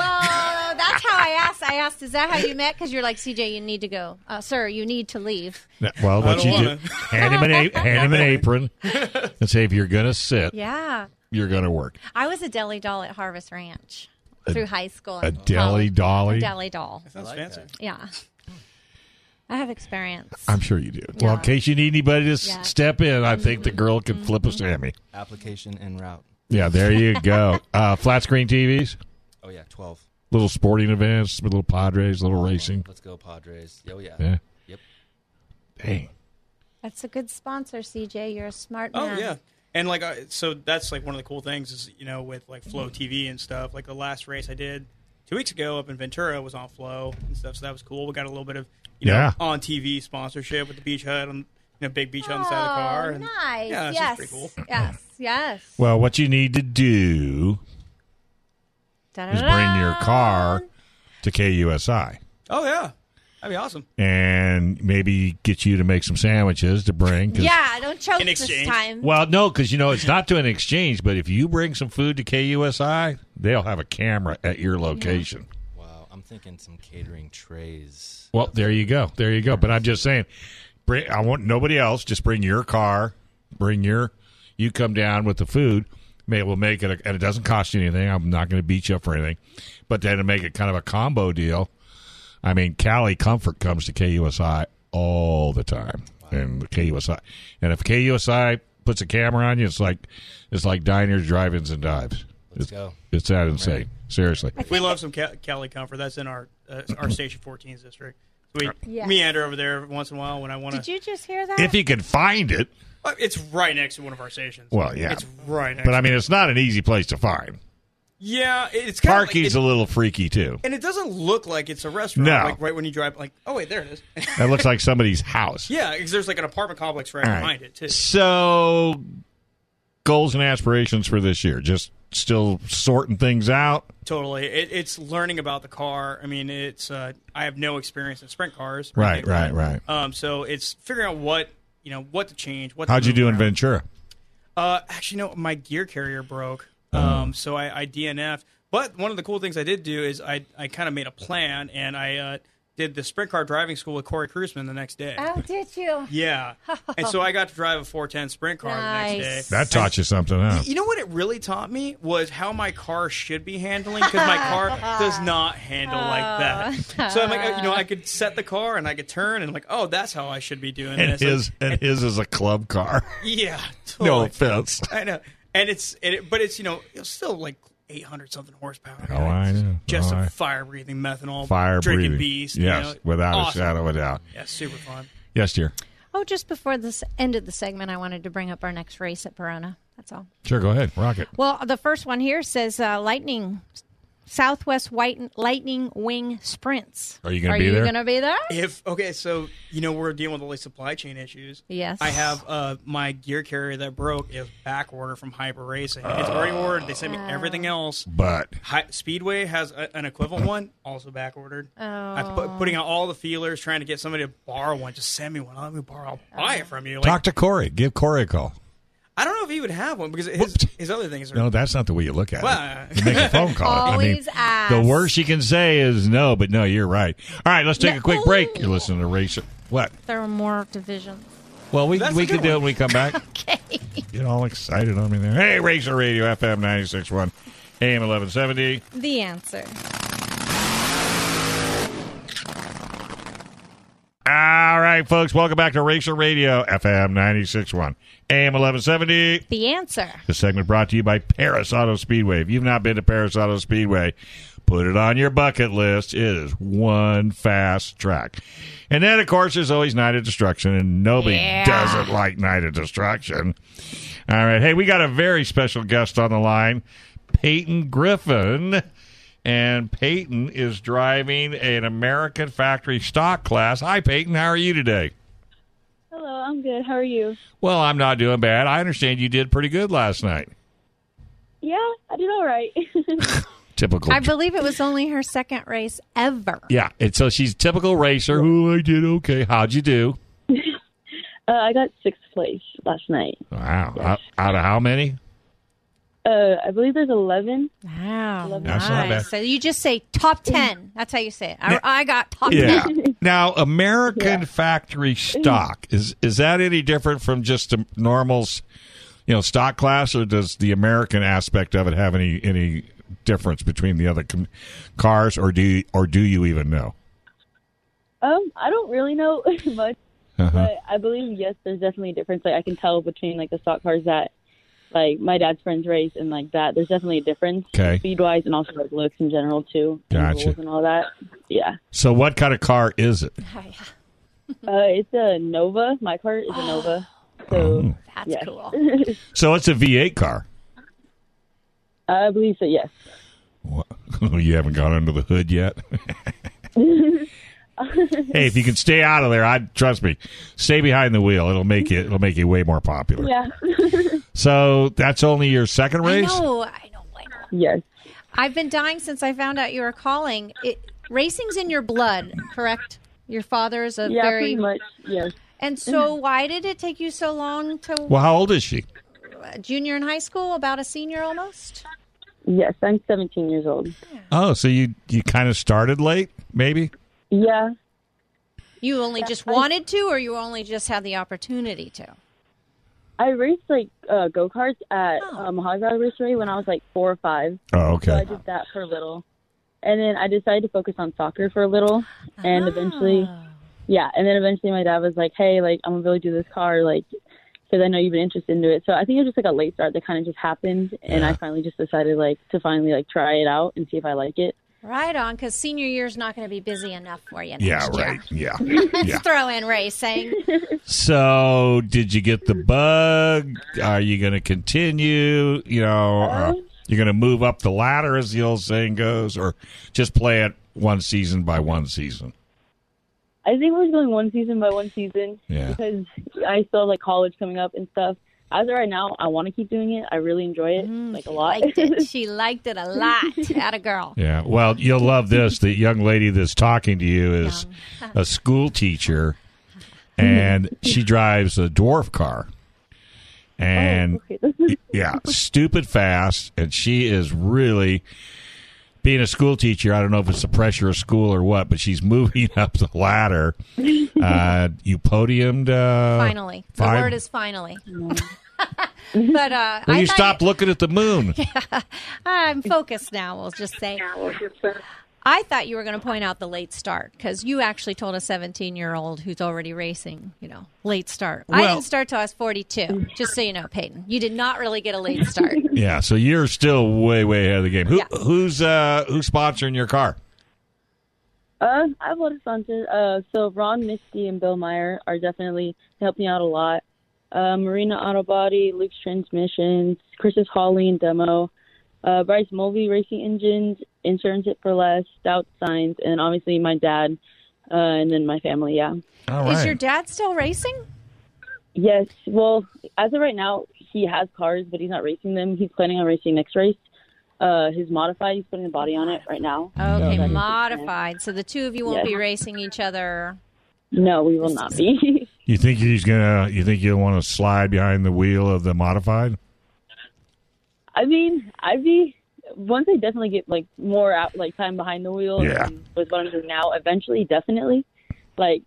S3: that's how I asked. I asked, is that how you met? Because you're like, CJ, you need to go. Uh, sir, you need to leave.
S2: Now- Well, what
S5: don't
S2: you
S4: [LAUGHS]
S2: do?
S5: wanna.
S2: Hand him an a- hand him an apron and say, if you're gonna sit,
S3: Yeah.
S2: you're gonna work.
S3: I was a deli doll at Harvest Ranch through high school.
S2: a
S3: and
S2: deli
S3: college.
S2: dolly?
S3: Uh, A deli doll.
S5: Sounds fancy.
S3: Yeah. I have experience.
S2: I'm sure you do. Well, in
S3: Yeah.
S2: case you need anybody to s
S3: Yeah. Mm-hmm.
S2: step in, I think the girl can flip a Sammy.
S4: Application en route.
S2: Yeah, there you go. uh, flat screen TVs.
S4: Oh yeah, twelve.
S2: little sporting events, little Padres, little racing.
S4: Let's go Padres. Oh yeah.
S2: Yeah.
S4: Yep.
S2: Dang.
S3: That's a good sponsor, CJ. You're a smart
S5: Oh
S3: man.
S5: yeah, and like I, so that's like one of the cool things is you know with like Flow TV and stuff. Like the last race I did two weeks ago up in Ventura was on Flow and stuff, so that was cool. We got a little bit of you
S2: Yeah.
S5: know on TV sponsorship with the beach hut on you know big beach hut on the side of the car.
S3: Oh,
S5: and-
S3: nice.
S5: Yeah, it's just
S3: yes.
S5: pretty cool.
S3: Yes. Yes.
S2: [LAUGHS] Well, what you need to do is bring your car to KUSI
S5: Oh yeah, that'd be
S3: [LAUGHS]
S5: awesome.
S2: and maybe get you to make some sandwiches to bring. 'cause-
S3: Yeah, don't choke
S5: In
S3: this
S5: exchange.
S3: time.
S2: Well, no, because you know it's not to an exchange. But if you bring some food to KUSI, they'll have a camera at your location.
S4: Wow. I'm thinking some catering trays.
S2: Well, there you go, there you go. But I'm just saying, bring, I want nobody else. Just bring your car. Bring your. You come down with the food. May we'll make it, a, and it doesn't cost you anything. I'm not going to beat you up for anything. But then to make it kind of a combo deal. I mean, Cali Comfort comes to KUSI all the time, and the KUSI, and if KUSI puts a camera on you, it's like it's like diners, drive-ins, and dives.
S4: Let's
S2: it's,
S4: go.
S2: It's that insane. Seriously,
S5: We love some Ca- Cali comfort. That's in our uh, our station 14's district. We
S3: Yes.
S5: meander over there every once in a while when I want
S3: Did
S5: to.
S3: you just hear that?
S2: if you can find it.
S5: It's right next to one of our stations.
S2: Well, yeah.
S5: it's right. Next
S2: But I mean, it's not an easy place to find.
S5: yeah, it's kind of
S2: Parky's a little freaky too.
S5: and it doesn't look like it's a restaurant.
S2: No.
S5: Like right when you drive, like oh wait, there it is. [LAUGHS]
S2: That looks like somebody's house.
S5: yeah, because there's like an apartment complex right
S2: All right.
S5: behind it too.
S2: So, goals and aspirations for this year. Just still sorting things out.
S5: Totally, it, it's learning about the car. I mean, it's uh, I have no experience in sprint cars.
S2: Right, right, right.
S5: Um, so it's figuring out what you know what to change. What to
S2: How'd you
S5: move
S2: do in
S5: around.
S2: Ventura?
S5: Uh, actually, no, my gear carrier broke,
S2: Oh.
S5: um, so I, I DNF. But one of the cool things I did do is I, I kind of made a plan and I uh, did the sprint car driving school with Corey Cruzman the next day.
S3: oh, did you?
S5: Yeah, and so I got to drive a 410 sprint car the
S3: Nice.
S5: next day.
S2: That taught you something, huh?
S5: You know what it really taught me was how my car should be handling because my car does not handle like that. So I'm like, you know, I could set the car and I could turn and like, oh, that's how I should be doing
S2: And
S5: this.
S2: his and his is a
S5: [LAUGHS]
S2: club car.
S5: yeah, totally.
S2: No offense.
S5: I know, and it's and it, but it's you know it's still like 800 something horsepower.
S2: Oh,
S5: guys.
S2: I know.
S5: Just
S2: Oh,
S5: some
S2: I-
S5: fire breathing methanol,
S2: Fire
S5: drinking
S2: breathing.
S5: beast. you
S2: Yes,
S5: know.
S2: without
S5: Awesome.
S2: a shadow of a doubt.
S5: Yeah, super fun.
S2: Yes, dear.
S3: Oh, just before this end of the segment, I wanted to bring up our next race at Verona. That's all.
S2: Sure, go ahead. Rock it.
S3: Well, the first one here says uh, lightning, Southwest White lightning wing sprints.
S2: Are you gonna be there?
S3: Are you going to be there?
S5: If okay, so you know we're dealing with all these supply chain issues.
S3: Yes.
S5: I have uh, my gear carrier that broke is back order from Hyper Racing. It's already ordered. They sent me everything else.
S2: But
S5: Hi- Speedway has a, an equivalent one, also back ordered. I'm pu- putting out all the feelers, trying to get somebody to borrow one. Just send me one. I'll let me borrow. I'll buy it from you. Like,
S2: talk to Corey. Give Corey a call.
S5: I don't know if he would have one because his,
S2: Whooped.
S5: his other things are.
S2: No, that's not the way you look at
S5: Well,
S2: it. You make a phone call.
S3: Always
S2: I mean,
S3: ask.
S2: The worst you can say is no, but no, you're right. All right, let's take a quick
S3: No.
S2: break. You're listening to Racer. What?
S3: There are more divisions.
S2: Well, we
S5: That's a
S2: we
S5: good
S2: can do it
S5: one.
S2: when we come
S3: [LAUGHS]
S2: back. okay. Get all excited on me there. Hey, Racer Radio FM 96.1 AM 1170.
S3: The answer.
S2: All right, folks, welcome back to Racer Radio FM 96.1 AM 1170.
S3: The answer.
S2: This segment brought to you by Paris Auto Speedway. If you've not been to Paris Auto Speedway, put it on your bucket list. It is one fast track. And then, of course, there's always Night of Destruction, and nobody
S3: Yeah.
S2: doesn't like Night of Destruction. All right. Hey, we got a very special guest on the line, Peyton Griffin. And Peyton is driving an American factory stock class. Hi, Peyton. How are you today?
S6: Hello, I'm good. How are you?
S2: Well, I'm not doing bad. I understand you did pretty good last night.
S6: Yeah, I did all right. [LAUGHS]
S2: Typical.
S3: I believe it was only her second race ever.
S2: Yeah, and so she's a typical racer. Oh, I did okay. How'd you do?
S6: [LAUGHS] uh, I got sixth place last night.
S2: Wow. Out, out of how many?
S6: Uh, I believe there's 11.
S3: Wow.
S2: That's not bad.
S3: Nice. So you just say top 10. That's how you say it. I, I got top 10.
S6: [LAUGHS]
S2: now, American factory stock is is that any different from just the normal, s- you know, stock class, or does the American aspect of it have any any difference between the other com- cars, or do you, or do you even know?
S6: Um, I don't really know much,
S2: Uh-huh.
S6: but I believe yes, there's definitely a difference. Like I can tell between like the stock cars that like my dad's friends race and like that. There's definitely a difference,
S2: 'Kay.
S6: speed wise, and also like looks in general too. and
S2: Gotcha.
S6: rules and all that. Yeah,
S2: So, what kind of car is it?
S6: [LAUGHS]
S3: Oh,
S6: uh, it's a Nova. My car is a Nova. So
S3: Oh. That's
S6: Yes.
S3: cool.
S2: So, it's a V8 car.
S6: [LAUGHS] I believe so. Yes.
S2: Wha- [LAUGHS] you haven't gone under the hood
S6: [LAUGHS]
S2: yet. hey, if you can stay out of there, I trust me. Stay behind the wheel; it'll make you it'll make you way more popular.
S6: Yeah. [LAUGHS]
S2: So that's only your second
S3: I
S2: race.
S3: know. I know. I know.
S6: yes.
S3: I've been dying since I found out you were calling. It, racing's in your blood, correct? Your father's a
S6: Yeah.
S3: very
S6: Pretty much. Yes.
S3: and so. Why did it take you so long to
S2: Well, how old is she?
S3: uh, junior in high school? About a senior almost.
S6: Yes. I'm 17 years old.
S2: Oh, so you you kind of started late, maybe?
S6: Yeah.
S3: You only just
S6: Um,
S3: wanted to, or you only just had the opportunity to?
S6: I raced like uh, go karts at
S3: Oh.
S6: um, Hog Rod Racery when I was like four or five.
S2: Oh,
S6: So I
S2: okay.
S6: did that for a little. And then I decided to focus on soccer for a little.
S3: Ah.
S6: And eventually, yeah. And then eventually my dad was like, hey, like, I'm going to really do this car, like, because I know you've been interested into it. So I think it was just like a late start that kind of just happened. And I finally just decided, like, to finally, like, try it out and see if I like it.
S3: Right on, because senior year's not going to be busy enough for you. Next
S2: Yeah,
S3: year.
S2: right. Yeah.
S3: Let's
S2: yeah.
S3: throw in racing.
S2: So, did you get the bug? Are you going to continue? You know,
S6: Uh-huh.
S2: uh, you're going to move up the ladder, as the old saying goes, or just play it one season by one season?
S6: I think we're going one season by one season
S2: Yeah.
S6: because I still have, like, college coming up and stuff. As of right now, I want to keep doing it. I really enjoy it, like, a lot. [LAUGHS]
S3: Liked it. Mm, She liked it a lot. At a girl.
S2: Yeah. Well, you'll love this. The young lady that's talking to you is a school teacher, and she drives a dwarf car. And
S3: Oh, [LAUGHS]
S2: yeah, stupid fast. And she is really being a school teacher. I don't know if it's the pressure of school or what, but she's [LAUGHS] moving up the
S3: [LAUGHS]
S2: ladder. Uh, you podiumed. Uh,
S3: Finally,
S2: fine.
S3: the word
S6: [LAUGHS]
S3: is finally. [LAUGHS] but uh,
S2: Well,
S3: I
S2: you
S3: thought
S2: stopped looking at the
S3: [LAUGHS]
S2: moon.
S3: I'm focused now. We'll just say. I thought you were going to point out the late start because you actually told a 17 year old who's already racing, you know, late start. I
S2: Well-
S3: didn't start till I was 42. Just so you know, Peyton, you did not really get a late start.
S2: Yeah, so you're still way, way ahead of the game. Who,
S3: Yeah.
S2: Who's uh, who's sponsoring your car?
S6: Uh, I've a lot of sponsors. Uh, so Ron Misty and Bill Meyer are definitely they help me out a lot. Uh, Marina Auto Body, Luke's Transmissions, Chris's Hauling Demo, uh, Bryce Mulvey Racing Engines, Insurance It for Less, Stout Signs, and obviously my dad, uh, and then my family. Yeah.
S2: All
S3: Is your dad still racing?
S6: Yes. Well, as of right now, he has cars, but he's not racing them. He's planning on racing next race. Uh, his modified. He's putting a body on it right now.
S3: Okay,
S2: No.
S3: modified. So the two of you won't
S6: Yes.
S3: be racing each other.
S6: No, we will not be. [LAUGHS]
S2: You think he's gonna? You think you'll want to slide behind the wheel of the modified?
S6: I mean, I'd be once I definitely get like more out like time behind the wheel
S2: Yeah.
S6: and with what I'm doing now, eventually definitely. Like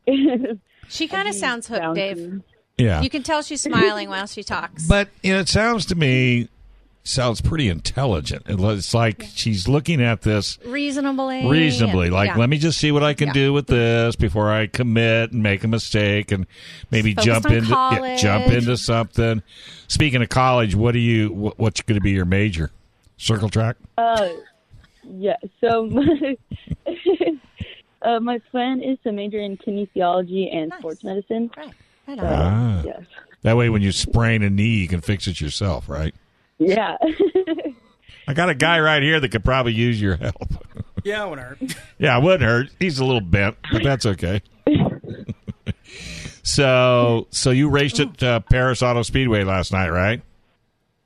S3: She kind of sounds hooked,
S6: down
S3: Dave.
S6: to-
S2: Yeah,
S3: You can tell
S6: [LAUGHS]
S3: she's smiling while she talks.
S2: but you know, it sounds to me sounds pretty intelligent. It lo- It's like she's looking at this
S3: reasonably.
S2: reasonably.
S3: and-
S2: Like,
S3: yeah.
S2: let me just see what I can
S3: Yeah.
S2: do with this before I commit and make a mistake, and maybe
S3: Focused
S2: jump
S3: on
S2: into yeah,
S3: college.
S2: jump into something. Speaking of college, what do you? What, what's going to be your major? Circle track.
S6: Uh, yeah. So my, uh, my plan is to major in kinesiology and
S3: Nice.
S6: sports medicine.
S3: Right. Right on.
S2: Ah.
S6: Yes.
S2: That way, when you sprain a knee, you can fix it yourself, right?
S6: Yeah.
S2: I got a guy right here that could probably use your help. [LAUGHS]
S5: Yeah, it would hurt.
S2: yeah, it wouldn't hurt. He's a little bent, but that's
S3: [LAUGHS]
S2: okay. so, so you raced at uh, Paris Auto Speedway last night, right?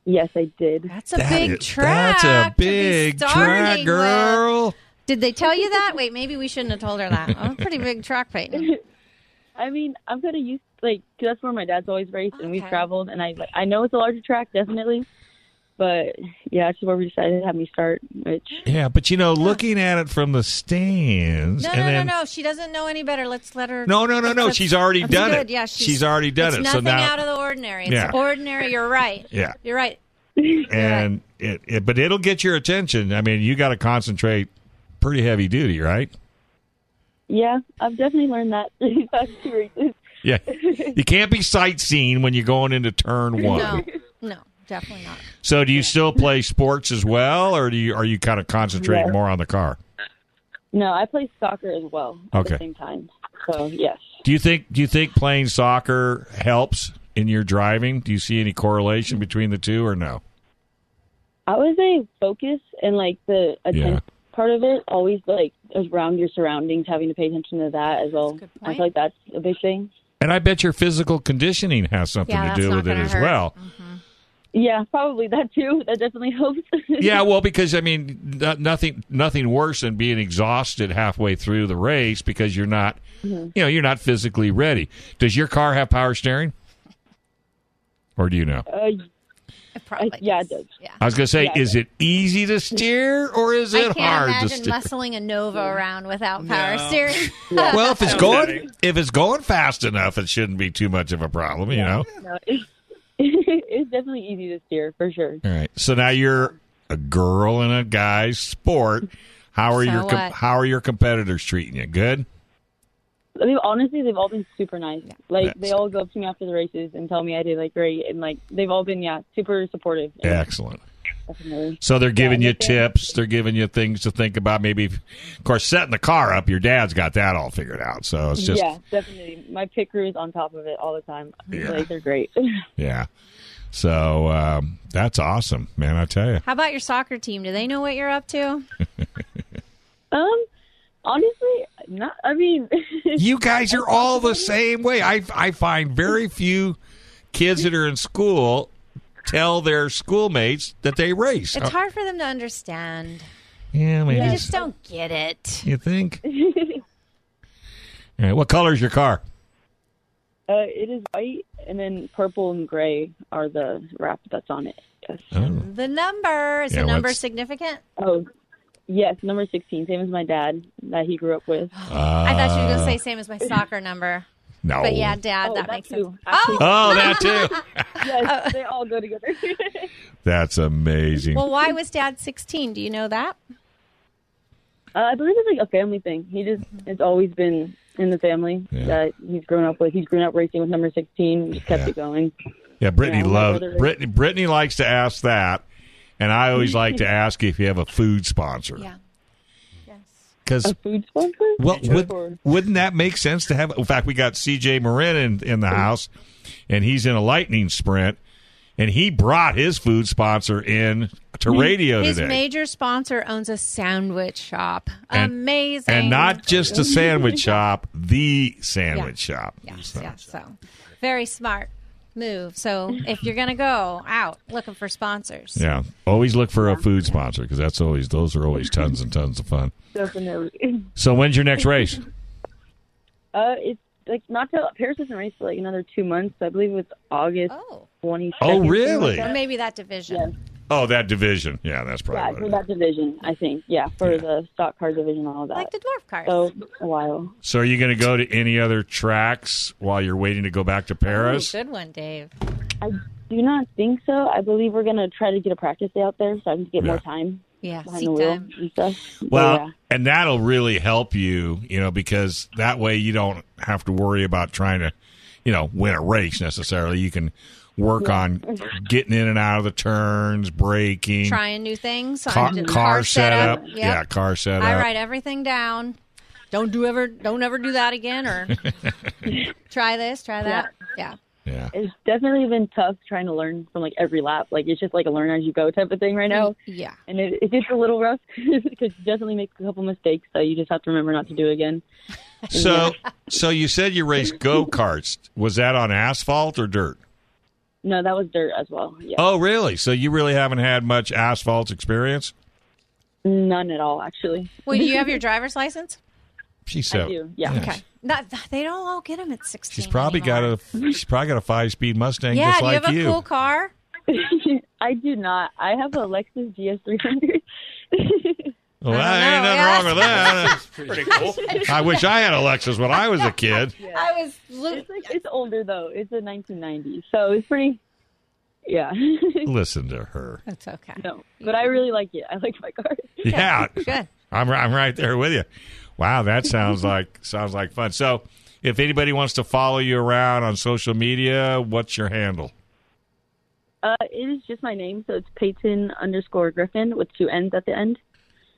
S6: yes, I did.
S3: [LAUGHS] That's a
S2: That
S3: big
S2: is-
S3: track.
S2: That's a
S3: to be
S2: big
S3: starting
S2: track,
S3: with.
S2: girl.
S3: Did they tell you that? Wait, maybe we shouldn't have told her that. Oh, pretty
S6: [LAUGHS]
S3: big track, Peyton.
S6: I mean, I'm kind of used like 'cause that's where my dad's always raced, and we've
S3: Okay.
S6: traveled, and I like, I know it's a larger track definitely, but yeah, that's where we decided to have me start, which.
S2: Yeah, but you know, looking at it from the stands,
S3: No,
S2: and
S3: no,
S2: then
S3: no, no. She doesn't know any better. Let's let her.
S2: No, no, no, no.
S3: Let's-
S2: She's already
S3: that's
S2: done it.
S3: good. Yeah, she's,
S2: She's already done
S3: it's
S2: it. So
S3: Nothing
S2: now-
S3: out of the ordinary. It's
S2: Yeah.
S3: ordinary. You're right.
S2: Yeah.
S3: you're right.
S2: and it, it, but it'll get your attention. I mean, you got to concentrate pretty heavy duty, right?
S6: Yeah, I've definitely learned that [LAUGHS] these past two races. [LAUGHS]
S2: Yeah, you can't be sightseeing when you're going into turn one.
S3: No, no. Definitely not.
S2: So, do you still play sports as well, or do you are you kind of concentrating
S6: Yeah.
S2: more on the car?
S6: No, I play soccer as well at
S2: Okay.
S6: the same time. So yes,
S2: Do you think do you think playing soccer helps in your driving? Do you see any correlation between the two, or no?
S6: I would say focus and like the attention part of it always like around your surroundings, having to pay attention to that as well.
S3: good
S6: I
S3: point.
S6: feel like that's a big thing.
S2: And I bet your physical conditioning has something
S3: Yeah,
S2: to
S3: that's
S2: do
S3: not
S2: with it
S3: gonna
S2: as
S3: hurt.
S2: well.
S6: Yeah, probably that too. [LAUGHS] That definitely helps.
S2: yeah, well, because I mean, no- nothing nothing worse than being exhausted halfway through the race because you're not,
S6: Mm-hmm.
S2: you know, you're not physically ready. Does your car have power steering? Or do you know?
S6: Uh,
S3: It probably
S6: yeah, it does.
S3: Yeah.
S2: I was going to say,
S6: Yeah, it
S2: is it easy to steer or is
S3: I
S2: it
S3: can't
S2: hard to
S3: imagine
S2: steer?
S3: muscling a Nova around without power
S5: No.
S2: [LAUGHS]
S3: steering. [LAUGHS]
S6: [LAUGHS]
S2: Well, if it's
S5: Sounds
S2: going
S5: heavy.
S2: if it's going fast enough, it shouldn't be too much of a problem, you know.
S6: no, [LAUGHS] it's, it's definitely easy to steer for sure.
S2: All right. So now you're a girl in a guy's sport. How are
S3: So
S2: your com-
S3: what?
S2: how are your competitors treating you? Good.
S6: I mean, honestly, they've all been super nice. Like
S2: That's-
S6: they all go up to me after the races and tell me I did like great, and like they've all been yeah super supportive. and
S2: Excellent.
S6: definitely-
S2: So they're giving
S6: Yeah,
S2: you
S6: they-
S2: tips. They're giving you things to think about. Maybe, of course, setting the car up. Your dad's got that all figured out. So it's just,
S6: yeah, definitely. My pit crew is on top of it all the time.
S2: Yeah.
S6: Like they're great. [LAUGHS]
S2: yeah. So um, that's awesome, man. I tell
S3: [LAUGHS]
S2: you.
S3: How about your soccer team? Do they know what you're up to?
S6: [LAUGHS] um, honestly, not. I mean, [LAUGHS]
S2: You guys are all the same way. I I find very few kids that are in school tell their schoolmates that they race.
S3: It's
S2: Oh,
S3: hard for them to understand.
S2: yeah, maybe
S3: They
S2: so.
S3: just don't get it.
S2: You
S3: [LAUGHS]
S2: think? all right. What color is your car?
S6: uh, it is white, and then purple and gray are the wrap that's on it. Yes.
S2: Oh,
S3: The number is
S2: Yeah,
S3: the number
S2: what's-
S3: significant?
S6: Oh, yes, number sixteen, same as my dad that he grew up with.
S3: I thought you were
S2: Ah.
S3: going to say same as my soccer number,
S2: no.
S3: but yeah, Dad,
S6: Oh,
S3: that
S6: that
S3: makes sense.
S6: too, actually.
S3: Oh,
S2: Oh, that too.
S3: [LAUGHS]
S6: Yes, they all go together. [LAUGHS]
S2: That's amazing.
S3: well, why was Dad 16? Do you know that?
S6: Uh, I believe it's like a family thing. He just it's always been in the family
S2: Yeah.
S6: that he's grown up with. He's grown up racing with number sixteen and just kept
S2: Yeah.
S6: it going. [LAUGHS]
S2: Yeah, Brittany
S6: Yeah, my
S2: loves
S6: brother-
S2: Brittany. Brittany likes to ask that, and I always
S6: [LAUGHS]
S2: like to ask if you have a food sponsor.
S3: Yeah.
S2: because
S6: A food sponsor?
S2: well,
S6: Or-
S2: would, wouldn't that make sense to have? In fact, we got C.J. Marin in, in the house, and he's in a lightning sprint, and he brought his food sponsor in to radio
S3: His
S2: today,
S3: major sponsor owns a sandwich shop.
S2: And-
S3: Amazing.
S2: and not just a
S3: [LAUGHS]
S2: sandwich shop, the sandwich shop.
S3: Yes,
S2: So-
S3: yes. So very smart move. So if you're going to go out looking for sponsors,
S2: Yeah, always look for a food sponsor because that's always those are always tons and tons of fun.
S6: Definitely. [LAUGHS]
S2: So when's your next race?
S6: Uh, it's like not till Paris doesn't race for like another two months. I believe it's August
S3: Oh.
S6: twenty.
S2: Oh, really?
S3: or maybe that division.
S2: Oh, that division. Yeah, that's
S6: Yeah,
S2: probably.
S6: for
S2: what it
S6: that
S2: is.
S6: division, I think. Yeah, for the stock car division, all of that.
S3: Like the dwarf cars.
S6: so a while.
S2: So, are you going to go to any other tracks while you're waiting to go back
S6: Oh,
S2: to
S3: Ooh,
S2: Paris?
S3: good one, Dave.
S6: I do not think so. I believe we're gonna try to get a practice day out there so I can get
S2: Yeah.
S6: more time
S3: Yeah,
S6: behind
S3: seat
S6: the wheel
S3: time.
S6: and stuff. But,
S2: well,
S6: yeah.
S2: and that'll really help you, you know, because that way you don't have to worry about trying to, you know, win a race necessarily. You can work on getting in and out of the turns, braking,
S3: Trying new things. So
S2: car,
S3: I'm doing
S2: car setup.
S3: Yep.
S2: Yeah, car setup.
S3: I write everything down. Don't do ever. Don't ever do that again. Or
S2: [LAUGHS]
S3: try this. Try that. Yeah.
S2: Yeah.
S6: it's definitely been tough trying to learn from like every lap. Like it's just like a learn as you go type of thing right now.
S3: Yeah.
S6: And it, it gets a little rough [LAUGHS] because you definitely make a couple mistakes, so you just have to remember not to do it again.
S2: So, so you said you raced go karts. Was that on asphalt or dirt?
S6: No, that was dirt as well. Yeah,
S2: Oh, really? So you really haven't had much asphalt experience?
S6: none at all actually.
S3: Well, do
S6: [LAUGHS]
S3: you have your driver's license?
S2: She said.
S6: do, yeah.
S3: Okay. Not, they don't all get them at sixteen.
S2: She's probably got
S3: anymore.
S2: a she's probably got a five speed Mustang
S3: Yeah.
S2: just
S3: do you
S2: like
S3: have a
S2: you.
S3: cool car?
S6: [LAUGHS] I do not. I have a Lexus GS300.
S2: Well,
S3: I don't
S2: that ain't
S3: know.
S2: nothing wrong
S3: Yeah.
S2: with that.
S5: [LAUGHS] Pretty cool.
S3: [LAUGHS]
S2: I wish I had a Lexus when I was
S6: [LAUGHS]
S2: a kid.
S3: I was. Lo-
S6: it's like it's older though. It's a 1990, so it's pretty. Yeah,
S2: Listen to her.
S3: That's okay.
S6: no, but I really like it. I like my car.
S2: Yeah,
S3: Good.
S2: I'm ri- I'm right there with you. Wow, that
S3: [LAUGHS]
S2: sounds like sounds like fun. So, if anybody wants to follow you around on social media, what's your handle?
S6: Uh, it is just my name, so it's Peyton underscore Griffin with two N's at the end.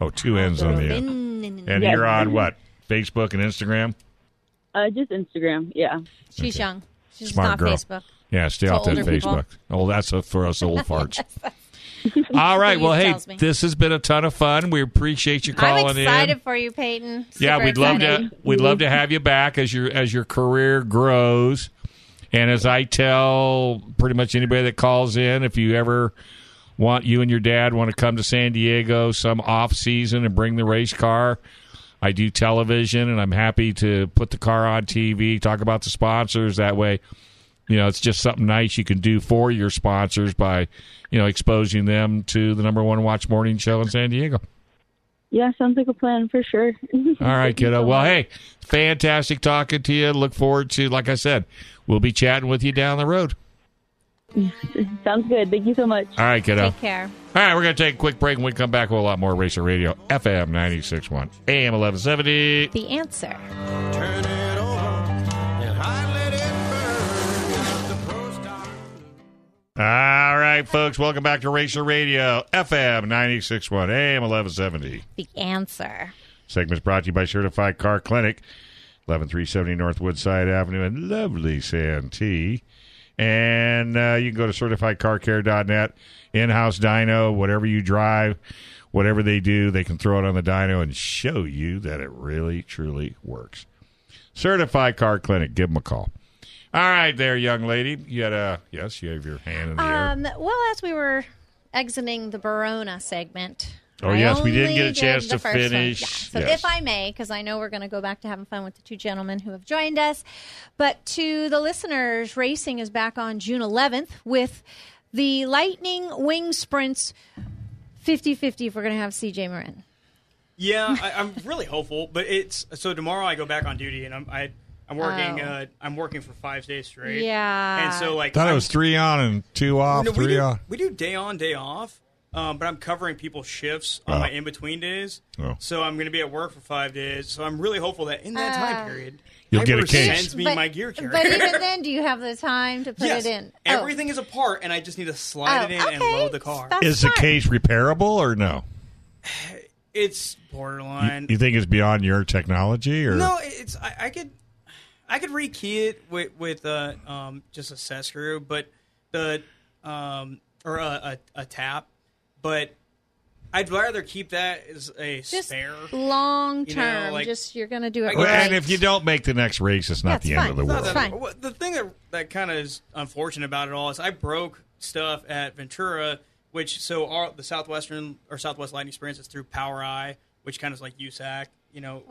S2: Oh, two ends on the end. And
S6: Yes.
S2: you're on what? Facebook and Instagram?
S6: Uh, just Instagram, yeah.
S3: She's young. She's
S2: Smart
S3: not
S2: girl.
S3: Facebook.
S2: Yeah, stay
S3: To
S2: off that
S3: older people.
S2: Facebook. Oh, that's a, for us
S3: [LAUGHS]
S2: old farts. All right.
S3: Steve
S2: Well, hey,
S3: tells me.
S2: this has been a ton of fun. We appreciate you calling
S3: I'm excited
S2: in.
S3: for you, Peyton.
S2: yeah,
S3: Super
S2: we'd love
S3: excited.
S2: to. We'd love to have you back as your as your career grows. And as I tell pretty much anybody that calls in, if you ever want you and your dad want to come to San Diego some off season and bring the race car, I do television and I'm happy to put the car on TV, talk about the sponsors that way. You know, it's just something nice you can do for your sponsors by, you know, exposing them to the number one watch morning show in San Diego.
S6: Yeah, sounds like a plan for sure. [LAUGHS]
S2: All right, kiddo. Well, hey, fantastic talking to you. Look forward to, like I said, we'll be chatting with you down the road.
S6: sounds good. Thank you so much.
S2: All right, kiddo.
S3: Take care.
S2: All right, we're going to take a quick break. When we come back, we'll have a lot more Racer Radio, FM 96.1, AM 1170.
S3: The answer.
S2: All right, folks, welcome back to Racer Radio, FM 96.1, AM 1170.
S3: The answer.
S2: Segment's brought to you by Certified Car Clinic, 11370 North Woodside Avenue in lovely Santee. And uh, you can go to certifiedcarcare.net, in house dyno, whatever you drive, whatever they do, they can throw it on the dyno and show you that it really, truly works. Certified Car Clinic, give them a call. All right, there, young lady. You had a, yes, you have your hand in the air.
S3: Um, well, as we were exiting the Barona segment.
S2: Oh,
S3: I
S2: yes, we did
S3: only
S2: get a chance
S3: the
S2: to
S3: first one.
S2: finish.
S3: Yeah. So,
S2: Yes.
S3: if I may, because I know we're going to go back to having fun with the two gentlemen who have joined us, but to the listeners, racing is back on June 11th with the Lightning Wing Sprints 50 50 if we're going to have CJ Marin.
S5: Yeah, I, I'm really hopeful, but it's so tomorrow I go back on duty and I'm I, I'm working
S3: Oh.
S5: uh, I'm working for five days straight.
S3: Yeah.
S5: and so like
S2: Thought it
S5: I'm-
S2: was three on and two off,
S5: No, we,
S2: three
S5: do,
S2: on.
S5: we do day on day off, um, but I'm covering people's shifts on
S2: Oh.
S5: my in between days.
S2: Oh.
S5: So I'm going to be at work for five days. So I'm really hopeful that in that time period,
S2: You'll get a
S5: Hyper
S2: case.
S5: Sends me my gear carrier.
S3: Uh,
S5: [LAUGHS]
S3: But even then, do you have the time to put
S5: yes,
S3: it in? Oh.
S5: everything is apart, and I just need to slide
S3: Oh,
S5: it in and
S3: okay.
S5: load the car.
S3: That's
S2: Is the
S3: smart.
S2: case repairable or no?
S5: It's borderline.
S2: You think it's beyond your technology, or
S5: No, it's I, I could I could rekey it with with uh, um, just a set screw, but the um, or a, a, a tap, but I'd rather keep that as a
S3: just
S5: spare.
S3: long
S5: You know,
S3: term.
S5: like-
S3: just you're going to do it.
S2: Well,
S3: right.
S2: and if you don't make the next race, it's not
S3: That's
S2: the end
S3: fine.
S2: of the
S3: It's not
S2: world.
S3: that- Fine.
S5: Well, the thing that that kind of is unfortunate about it all is I broke stuff at Ventura, which so our, the Southwestern or Southwest Lightning Experience is through Power Eye, which kind of is like USAC, you know,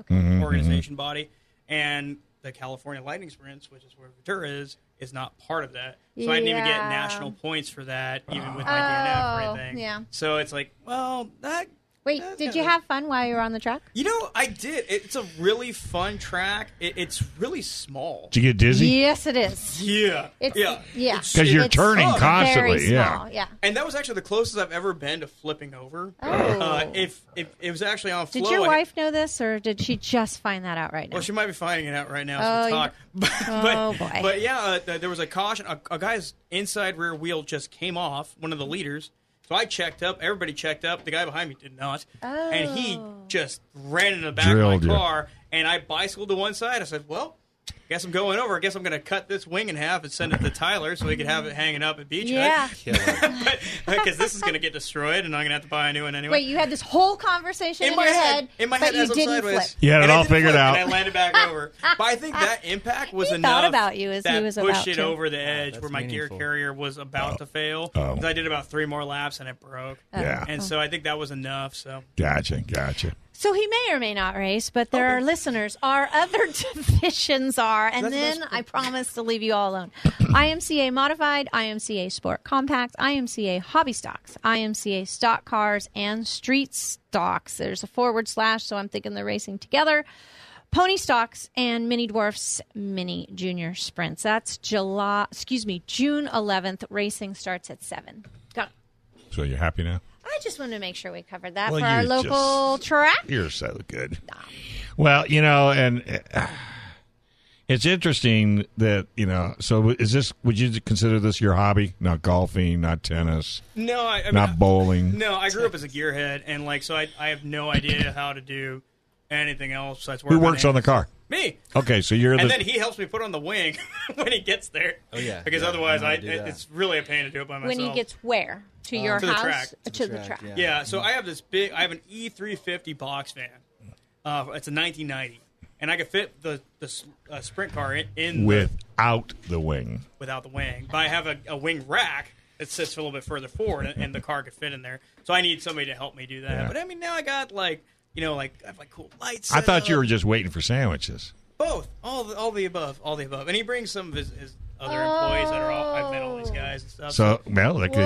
S5: organization body, and the California Lightning Experience, which is where Ventura is, is not part of that. So I didn't even get
S3: Yeah.
S5: national points for that, even with my DNF
S3: Oh,
S5: or anything.
S3: yeah.
S5: So it's like, well, that.
S3: Wait,
S5: that's
S3: did
S5: kinda-
S3: you have fun while you were on the truck?
S5: You know, I did. It's a really fun track. It, it's really small.
S2: Do you get dizzy?
S3: Yes, it is.
S5: Yeah.
S3: It's,
S5: yeah.
S3: yeah.
S2: Because you're
S3: It's
S2: turning
S5: oh, very
S2: constantly.
S3: Very
S2: yeah.
S3: small. Yeah.
S5: And that was actually the closest I've ever been to flipping over.
S3: Oh.
S5: Uh, if, if it was actually on
S3: Did
S5: flow,
S3: your
S5: I-
S3: wife know this, or did she just find that out right now?
S5: well, she might be finding it out right now as we
S3: Oh,
S5: talk. [LAUGHS] But,
S3: Oh,
S5: but,
S3: boy.
S5: But yeah, uh, th- there was a caution. A, a guy's inside rear wheel just came off. One of the leaders. So I checked up. Everybody checked up. The guy behind me did not. And he
S3: Oh.
S5: just ran in the back
S2: Drilled
S5: of
S2: you.
S5: my car. And I bicycled to one side. I said, "Well, guess I'm going over. I guess I'm going to cut this wing in half and send it to Tyler so he could have it hanging up at Beachhead."
S3: yeah.
S5: [LAUGHS] because this is going to get destroyed, and I'm going to have to buy a new one anyway.
S3: Wait, you had this whole conversation in,
S5: in my
S3: your
S5: head, in my
S3: but
S5: head,
S3: you
S5: as I'm
S3: didn't
S5: sideways.
S3: flip.
S2: You had it
S5: And I
S2: all
S5: didn't
S2: figured
S5: flip,
S2: out.
S5: And I landed back [LAUGHS] over. But I think that impact was
S3: He thought
S5: enough.
S3: about you as he
S5: that
S3: was
S5: pushed
S3: about
S5: it
S3: to.
S5: over
S2: Oh,
S5: the edge
S4: that's
S5: where my
S4: meaningful.
S5: gear carrier was about to fail. 'Cause I did about three more laps and it broke.
S2: Yeah.
S5: And so I think that was enough. So
S2: Gotcha. Gotcha.
S3: So he may or may not race, but there are listeners. Our other [LAUGHS] divisions are, and then I promise to leave you all alone. [CLEARS THROAT] IMCA Modified, IMCA Sport Compact, IMCA Hobby Stocks, IMCA Stock Cars, and Street Stocks. There's a forward slash, so I'm thinking they're racing together. Pony Stocks and Mini Dwarfs Mini Junior Sprints. That's July, excuse me, June 11th. Racing starts at 7. Got it.
S2: So you're happy now?
S3: I just wanted to make sure we covered that
S2: Well,
S3: for our
S2: you just-
S3: local track.
S2: You're so good. Well, you know, and uh, It's interesting that you know. So is this? Would you consider this your hobby? Not golfing, not tennis,
S5: No, I, I mean,
S2: not bowling.
S5: No, I grew up as a gearhead, and like so, I, I have no idea how to do anything else. That's
S2: Who works on the car?
S5: Me.
S2: Okay, so you're
S5: And
S2: the
S5: then he helps me put on the wing [LAUGHS] when he gets there. Oh
S4: yeah,
S5: because
S4: yeah,
S5: otherwise,
S4: I
S5: I,
S4: know how to do that.
S5: it's really a pain to do it by myself.
S3: When he gets where? To your
S5: to the
S3: house?
S5: track.
S3: Uh, To the track.
S4: yeah.
S5: yeah, so I have this big. I have an E350 box van. Uh, it's a 1990, and I could fit the the s- uh, sprint car in, in the-
S2: [LAUGHS] without the wing.
S5: without the wing, but I have a, a wing rack that sits a little bit further forward, and, and the car could fit in there. So I need somebody to help me do that.
S2: Yeah.
S5: But I mean, now I got like you know, like I have like cool lights.
S2: I
S5: set
S2: thought you
S5: up.
S2: were just waiting for sandwiches.
S5: both, all the, all the above, all the above, and he brings some of his, his other employees that are all. I've met all these guys and stuff.
S2: Oh. So well, that could be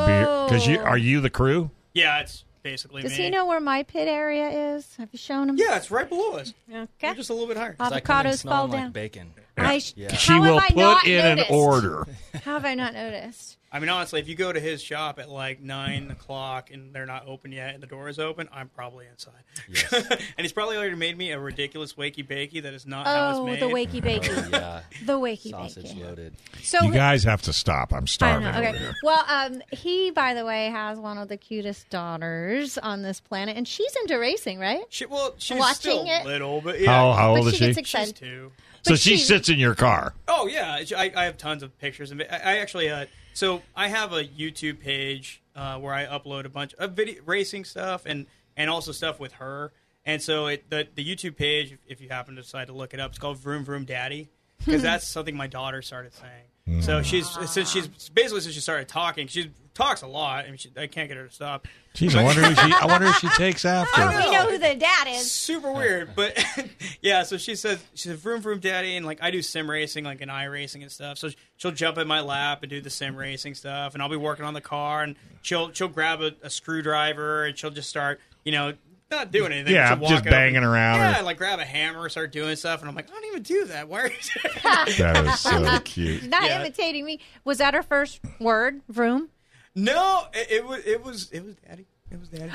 S2: because you
S3: Whoa.
S2: are you the crew?
S5: yeah, it's basically.
S3: Does
S5: me.
S3: he know where my pit area is? Have you shown him?
S5: Yeah, it's right below us.
S3: Okay.
S5: We're just a little bit higher.
S4: I come in
S3: Avocados fall
S4: smelling
S3: down.
S4: like bacon.
S3: I sh- how
S2: She will
S3: have I not
S2: put in
S3: noticed?
S2: an order.
S3: How have I not noticed?
S5: I mean, honestly, if you go to his shop at like nine o'clock and they're not open yet and the door is open, I'm probably inside. [LAUGHS] and he's probably already made me a ridiculous wakey bakey that is not how
S3: Oh,
S5: it's made.
S3: the wakey bakey.
S4: Yeah,
S3: The wakey
S4: sausage
S3: bakey.
S4: loaded.
S3: So
S2: You guys have to stop. I'm
S3: Oh, I
S2: starving.
S3: know.
S2: over
S3: Okay.
S2: here.
S3: Well, um, he, by the way, has one of the cutest daughters on this planet, and she's into racing, right?
S5: She, well, she's
S3: Watching
S5: still
S3: it?
S5: little, but yeah.
S2: How how
S3: But
S2: old
S3: she
S2: is she?
S3: gets ex-
S5: She's two.
S2: so
S3: but
S2: she
S3: she-
S2: sits in your car.
S5: Oh yeah, I, I have tons of pictures. And vi- I, I actually, uh, so I have a YouTube page uh, where I upload a bunch of video racing stuff and and also stuff with her. And so it, the the YouTube page, if- if you happen to decide to look it up, it's called Vroom Vroom Daddy because that's something my daughter started saying. So she's since she's basically since she started talking, she talks a lot, and she, I can't get her to stop.
S2: Jeez, I wonder who she. I wonder who she takes after.
S3: We Oh, know who the dad is.
S5: super weird, but [LAUGHS] yeah. So she says she says vroom vroom daddy, and like I do sim racing, like an i racing and stuff. So she'll jump in my lap and do the sim racing stuff, and I'll be working on the car, and she'll she'll grab a, a screwdriver and she'll just start, you know, not doing anything.
S2: Yeah,
S5: she'll walk
S2: just
S5: up
S2: banging
S5: and-
S2: around or-
S5: Yeah, like grab a hammer, start doing stuff, and I'm like, I don't even do that. Why are you? [LAUGHS]
S2: That
S3: [LAUGHS]
S2: is so cute.
S3: Not
S5: Yeah.
S3: imitating me. Was that her first word? Vroom.
S5: no, it, it was it was it was daddy. It was daddy.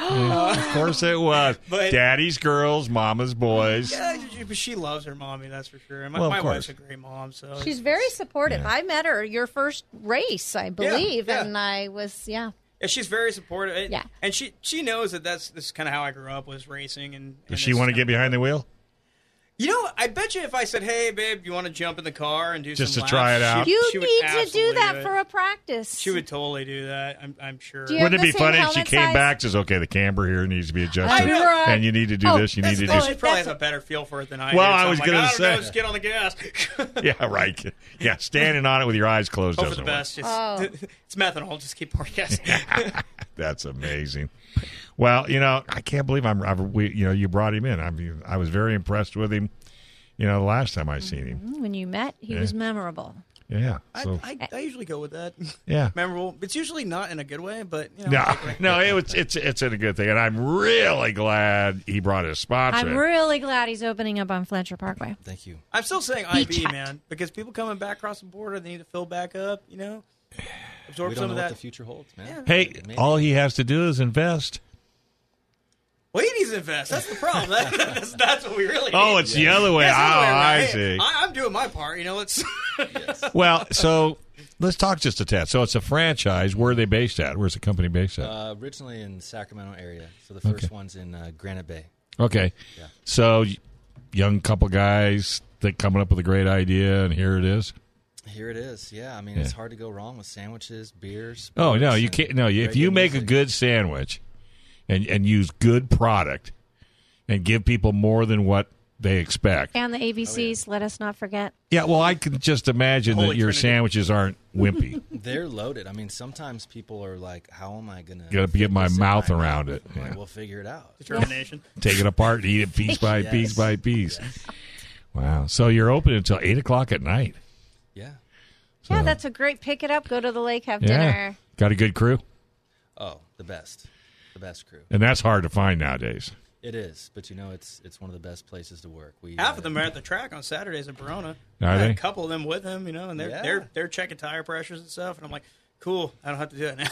S2: Of course it was.
S5: But-
S2: Daddy's girls, mama's
S5: [GASPS]
S2: boys.
S5: Yeah, but she loves her mommy, that's for sure. And my,
S2: Well, of
S5: my
S2: course.
S5: wife's a great mom, so
S3: She's very supportive. I met her your first race, I believe,
S5: yeah.
S3: and I was yeah.
S5: Yeah, she's very supportive. And,
S3: Yeah.
S5: and she she knows that that's this is kind of how I grew up was racing. And, and
S2: Does
S5: this
S2: she
S5: is
S2: want to
S5: kinda-
S2: get behind the wheel?
S5: You know, I bet you if I said, "Hey, babe, you want to jump in the car and do
S2: Just
S5: some
S2: to try
S5: laps?"
S2: it out?
S5: She,
S3: You
S5: Uh, she would
S3: need to do
S5: absolutely
S3: that
S5: it.
S3: for a practice.
S5: She would totally do that. I'm I'm sure.
S3: Do you-
S2: Wouldn't it be
S3: the same
S2: funny if she
S3: helmet
S2: came
S3: size?
S2: back? Says, okay, the camber here needs to be adjusted,
S3: know.
S2: and you need to do
S3: Oh,
S2: this. You need
S3: that's
S2: to
S3: fine.
S2: do.
S5: she probably
S3: that's-
S5: has a better feel for it than I.
S2: Well,
S5: do, so
S2: I
S5: I'm
S2: was
S5: like,
S2: gonna
S5: I don't
S2: say.
S5: Know, just get on the gas.
S2: [LAUGHS]
S5: [LAUGHS]
S2: Yeah, right. Yeah, standing on it with your eyes closed
S5: Hope for
S2: doesn't
S5: the
S2: work.
S5: best. Just,
S3: Oh.
S5: [LAUGHS] It's methanol. Just keep pouring
S2: [LAUGHS]
S5: gas.
S2: That's amazing. Well, you know, I can't believe I'm. I've, we, you know, you brought him in. I mean, I was very impressed with him. You know, the last time I seen him.
S3: When you met, he was memorable.
S2: Yeah. So
S5: Mm-hmm. I, I, I usually go with that.
S2: yeah.
S5: Memorable. It's usually not in a good way, but you know,
S2: No, [LAUGHS] no, it was it's it's a good thing, and I'm really glad he brought his sponsor.
S3: I'm really glad he's opening up on Fletcher Parkway.
S4: Thank you.
S5: I'm still saying
S3: Beach
S5: IB,
S3: hut.
S5: man, because people coming back across the border, they need to fill back up. You know, absorb
S4: We don't
S5: some
S4: know
S5: of
S4: what
S5: that.
S4: the future holds, man.
S2: hey, all he has to do is invest.
S5: well, he needs to invest. That's the
S4: [LAUGHS]
S5: problem. That- that's, that's what we really.
S2: Oh,
S5: need.
S2: it's the other way.
S5: That's the
S2: oh,
S5: other way around.
S2: I
S5: Hey,
S2: see.
S5: I, I'm doing my part. You know,
S2: [LAUGHS]
S5: it's
S2: well, so let's talk just a tad. So it's a franchise. Where are they based at? Where's the company based at?
S4: Uh, originally in Sacramento area, so the first
S2: Okay.
S4: one's in uh, Granite Bay.
S2: okay. So y- young couple guys that coming up with a great idea, and here it is.
S4: Here it is. Yeah, I mean it's
S2: Yeah.
S4: hard to go wrong with sandwiches, beers.
S2: Oh no,
S4: sports,
S2: you
S4: and
S2: can't. No, you- if
S4: great
S2: you make a
S4: music.
S2: good sandwich, and and use good product, and give people more than what they expect.
S3: And
S5: Oh,
S3: the ABCs, let us not forget.
S2: Yeah, well, I can just imagine that
S5: Holy
S2: your
S5: Trinity.
S2: sandwiches aren't wimpy.
S4: they're loaded. I mean, sometimes people are like, "How am I gonna
S2: Gotta
S4: fit
S2: get my
S4: this in
S2: mouth around it.
S4: I'm like,
S2: Yeah.
S4: We'll figure it out.
S5: determination.
S2: Take it apart and eat it piece by
S4: Yes.
S2: piece by piece. Wow. So you're open until eight o'clock at night.
S4: Yeah.
S3: Yeah,
S2: So-
S3: that's a great pick it up. Go to the lake, have
S2: Yeah.
S3: dinner.
S2: Got a good crew,
S4: Oh, the best, the best crew.
S2: and that's hard to find nowadays.
S4: It is, but you know, it's it's one of the best places to work. We
S5: Half
S4: uh,
S5: of them are at the track on Saturdays in Verona.
S2: Are
S5: I had
S2: they?
S5: A couple of them with him, you know, and they're
S4: Yeah.
S5: they're they're checking tire pressures and stuff. And I'm like, cool, I don't have to do that now.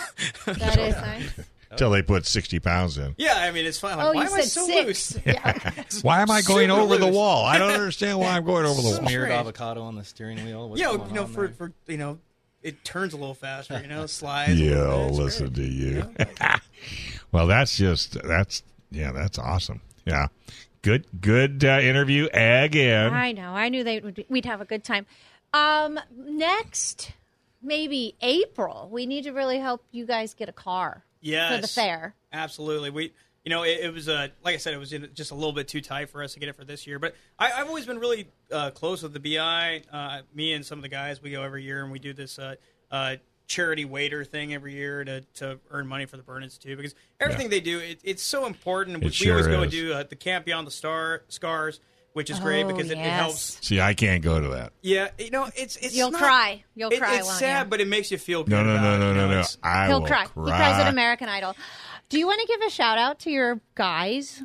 S3: That is nice.
S2: until they put 60 pounds in.
S5: [LAUGHS] Yeah, I mean it's fine. Like,
S3: oh,
S5: why
S3: you
S5: am I
S3: said
S5: so
S3: six.
S5: loose?
S3: Yeah.
S2: [LAUGHS] Why am I going
S5: Super
S2: over the
S5: loose.
S2: wall? I don't understand [LAUGHS] why I'm going over the wall.
S4: Smeared
S5: Right.
S4: avocado on the steering wheel. [LAUGHS] What's
S5: yeah,
S4: going
S5: you know,
S4: on
S5: for,
S4: there?
S5: for you know, it turns a little faster. You know, it slides. a
S2: Yeah,
S5: little bit.
S2: I'll
S5: It's
S2: listen
S5: great.
S2: to you. well, that's just that's yeah, that's awesome. Yeah, good good uh, interview again.
S3: I know. I knew they would. Be, we'd have a good time. Um, next, maybe April. We need to really help you guys get a car. for the
S5: Yes.
S3: fair.
S5: Absolutely. We, you know, it, it was uh, like I said, it was in- just a little bit too tight for us to get it for this year. But I, I've always been really uh, close with the BI. Uh, me and some of the guys, we go every year and we do this uh, uh, charity waiter thing every year to, to earn money for the Burn Institute because everything they do, it, it's so important. we,
S2: It
S5: we always
S2: sure
S5: go
S2: is.
S5: do uh, the Camp Beyond the Star Scars, which is great
S3: Oh,
S5: because it, it
S3: yes.
S5: helps.
S2: See, I can't go to that.
S5: Yeah, you know, it's it's
S3: You'll
S5: not-
S3: cry. You'll
S5: it-
S3: cry,
S5: It's
S3: won't
S5: sad,
S3: you?
S5: but it makes you feel good.
S2: No, no,
S5: about
S2: no,
S5: it,
S2: no,
S5: you know,
S2: no, no.
S5: it's-
S2: I
S3: He'll
S2: will
S3: cry. He cries at American Idol. Do you want to give a shout out to your guys?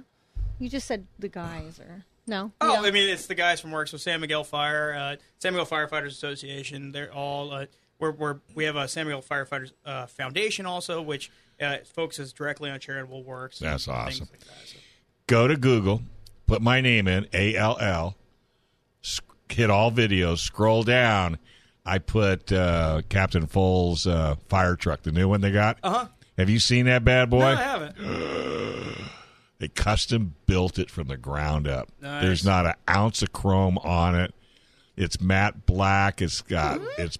S3: You just said the guys, or no? You
S5: Oh,
S3: don't?
S5: I mean, it's the guys from work. So San Miguel Fire, uh, San Miguel Firefighters Association. They're all uh, we're, we're we have a San Miguel Firefighters uh, Foundation also, which uh, focuses directly on charitable works. and
S2: That's
S5: things
S2: awesome.
S5: like that, so.
S2: Go to Google, put my name in A L L, hit all videos, scroll down. I put uh, Captain Foal's uh, fire truck, the new one they got. Uh huh. Have you seen that bad boy?
S5: Uh-huh. No, I haven't.
S2: They custom built it from the ground up.
S5: Nice.
S2: There's not an ounce of chrome on it. It's matte black. It's got
S5: Mm-hmm.
S2: it's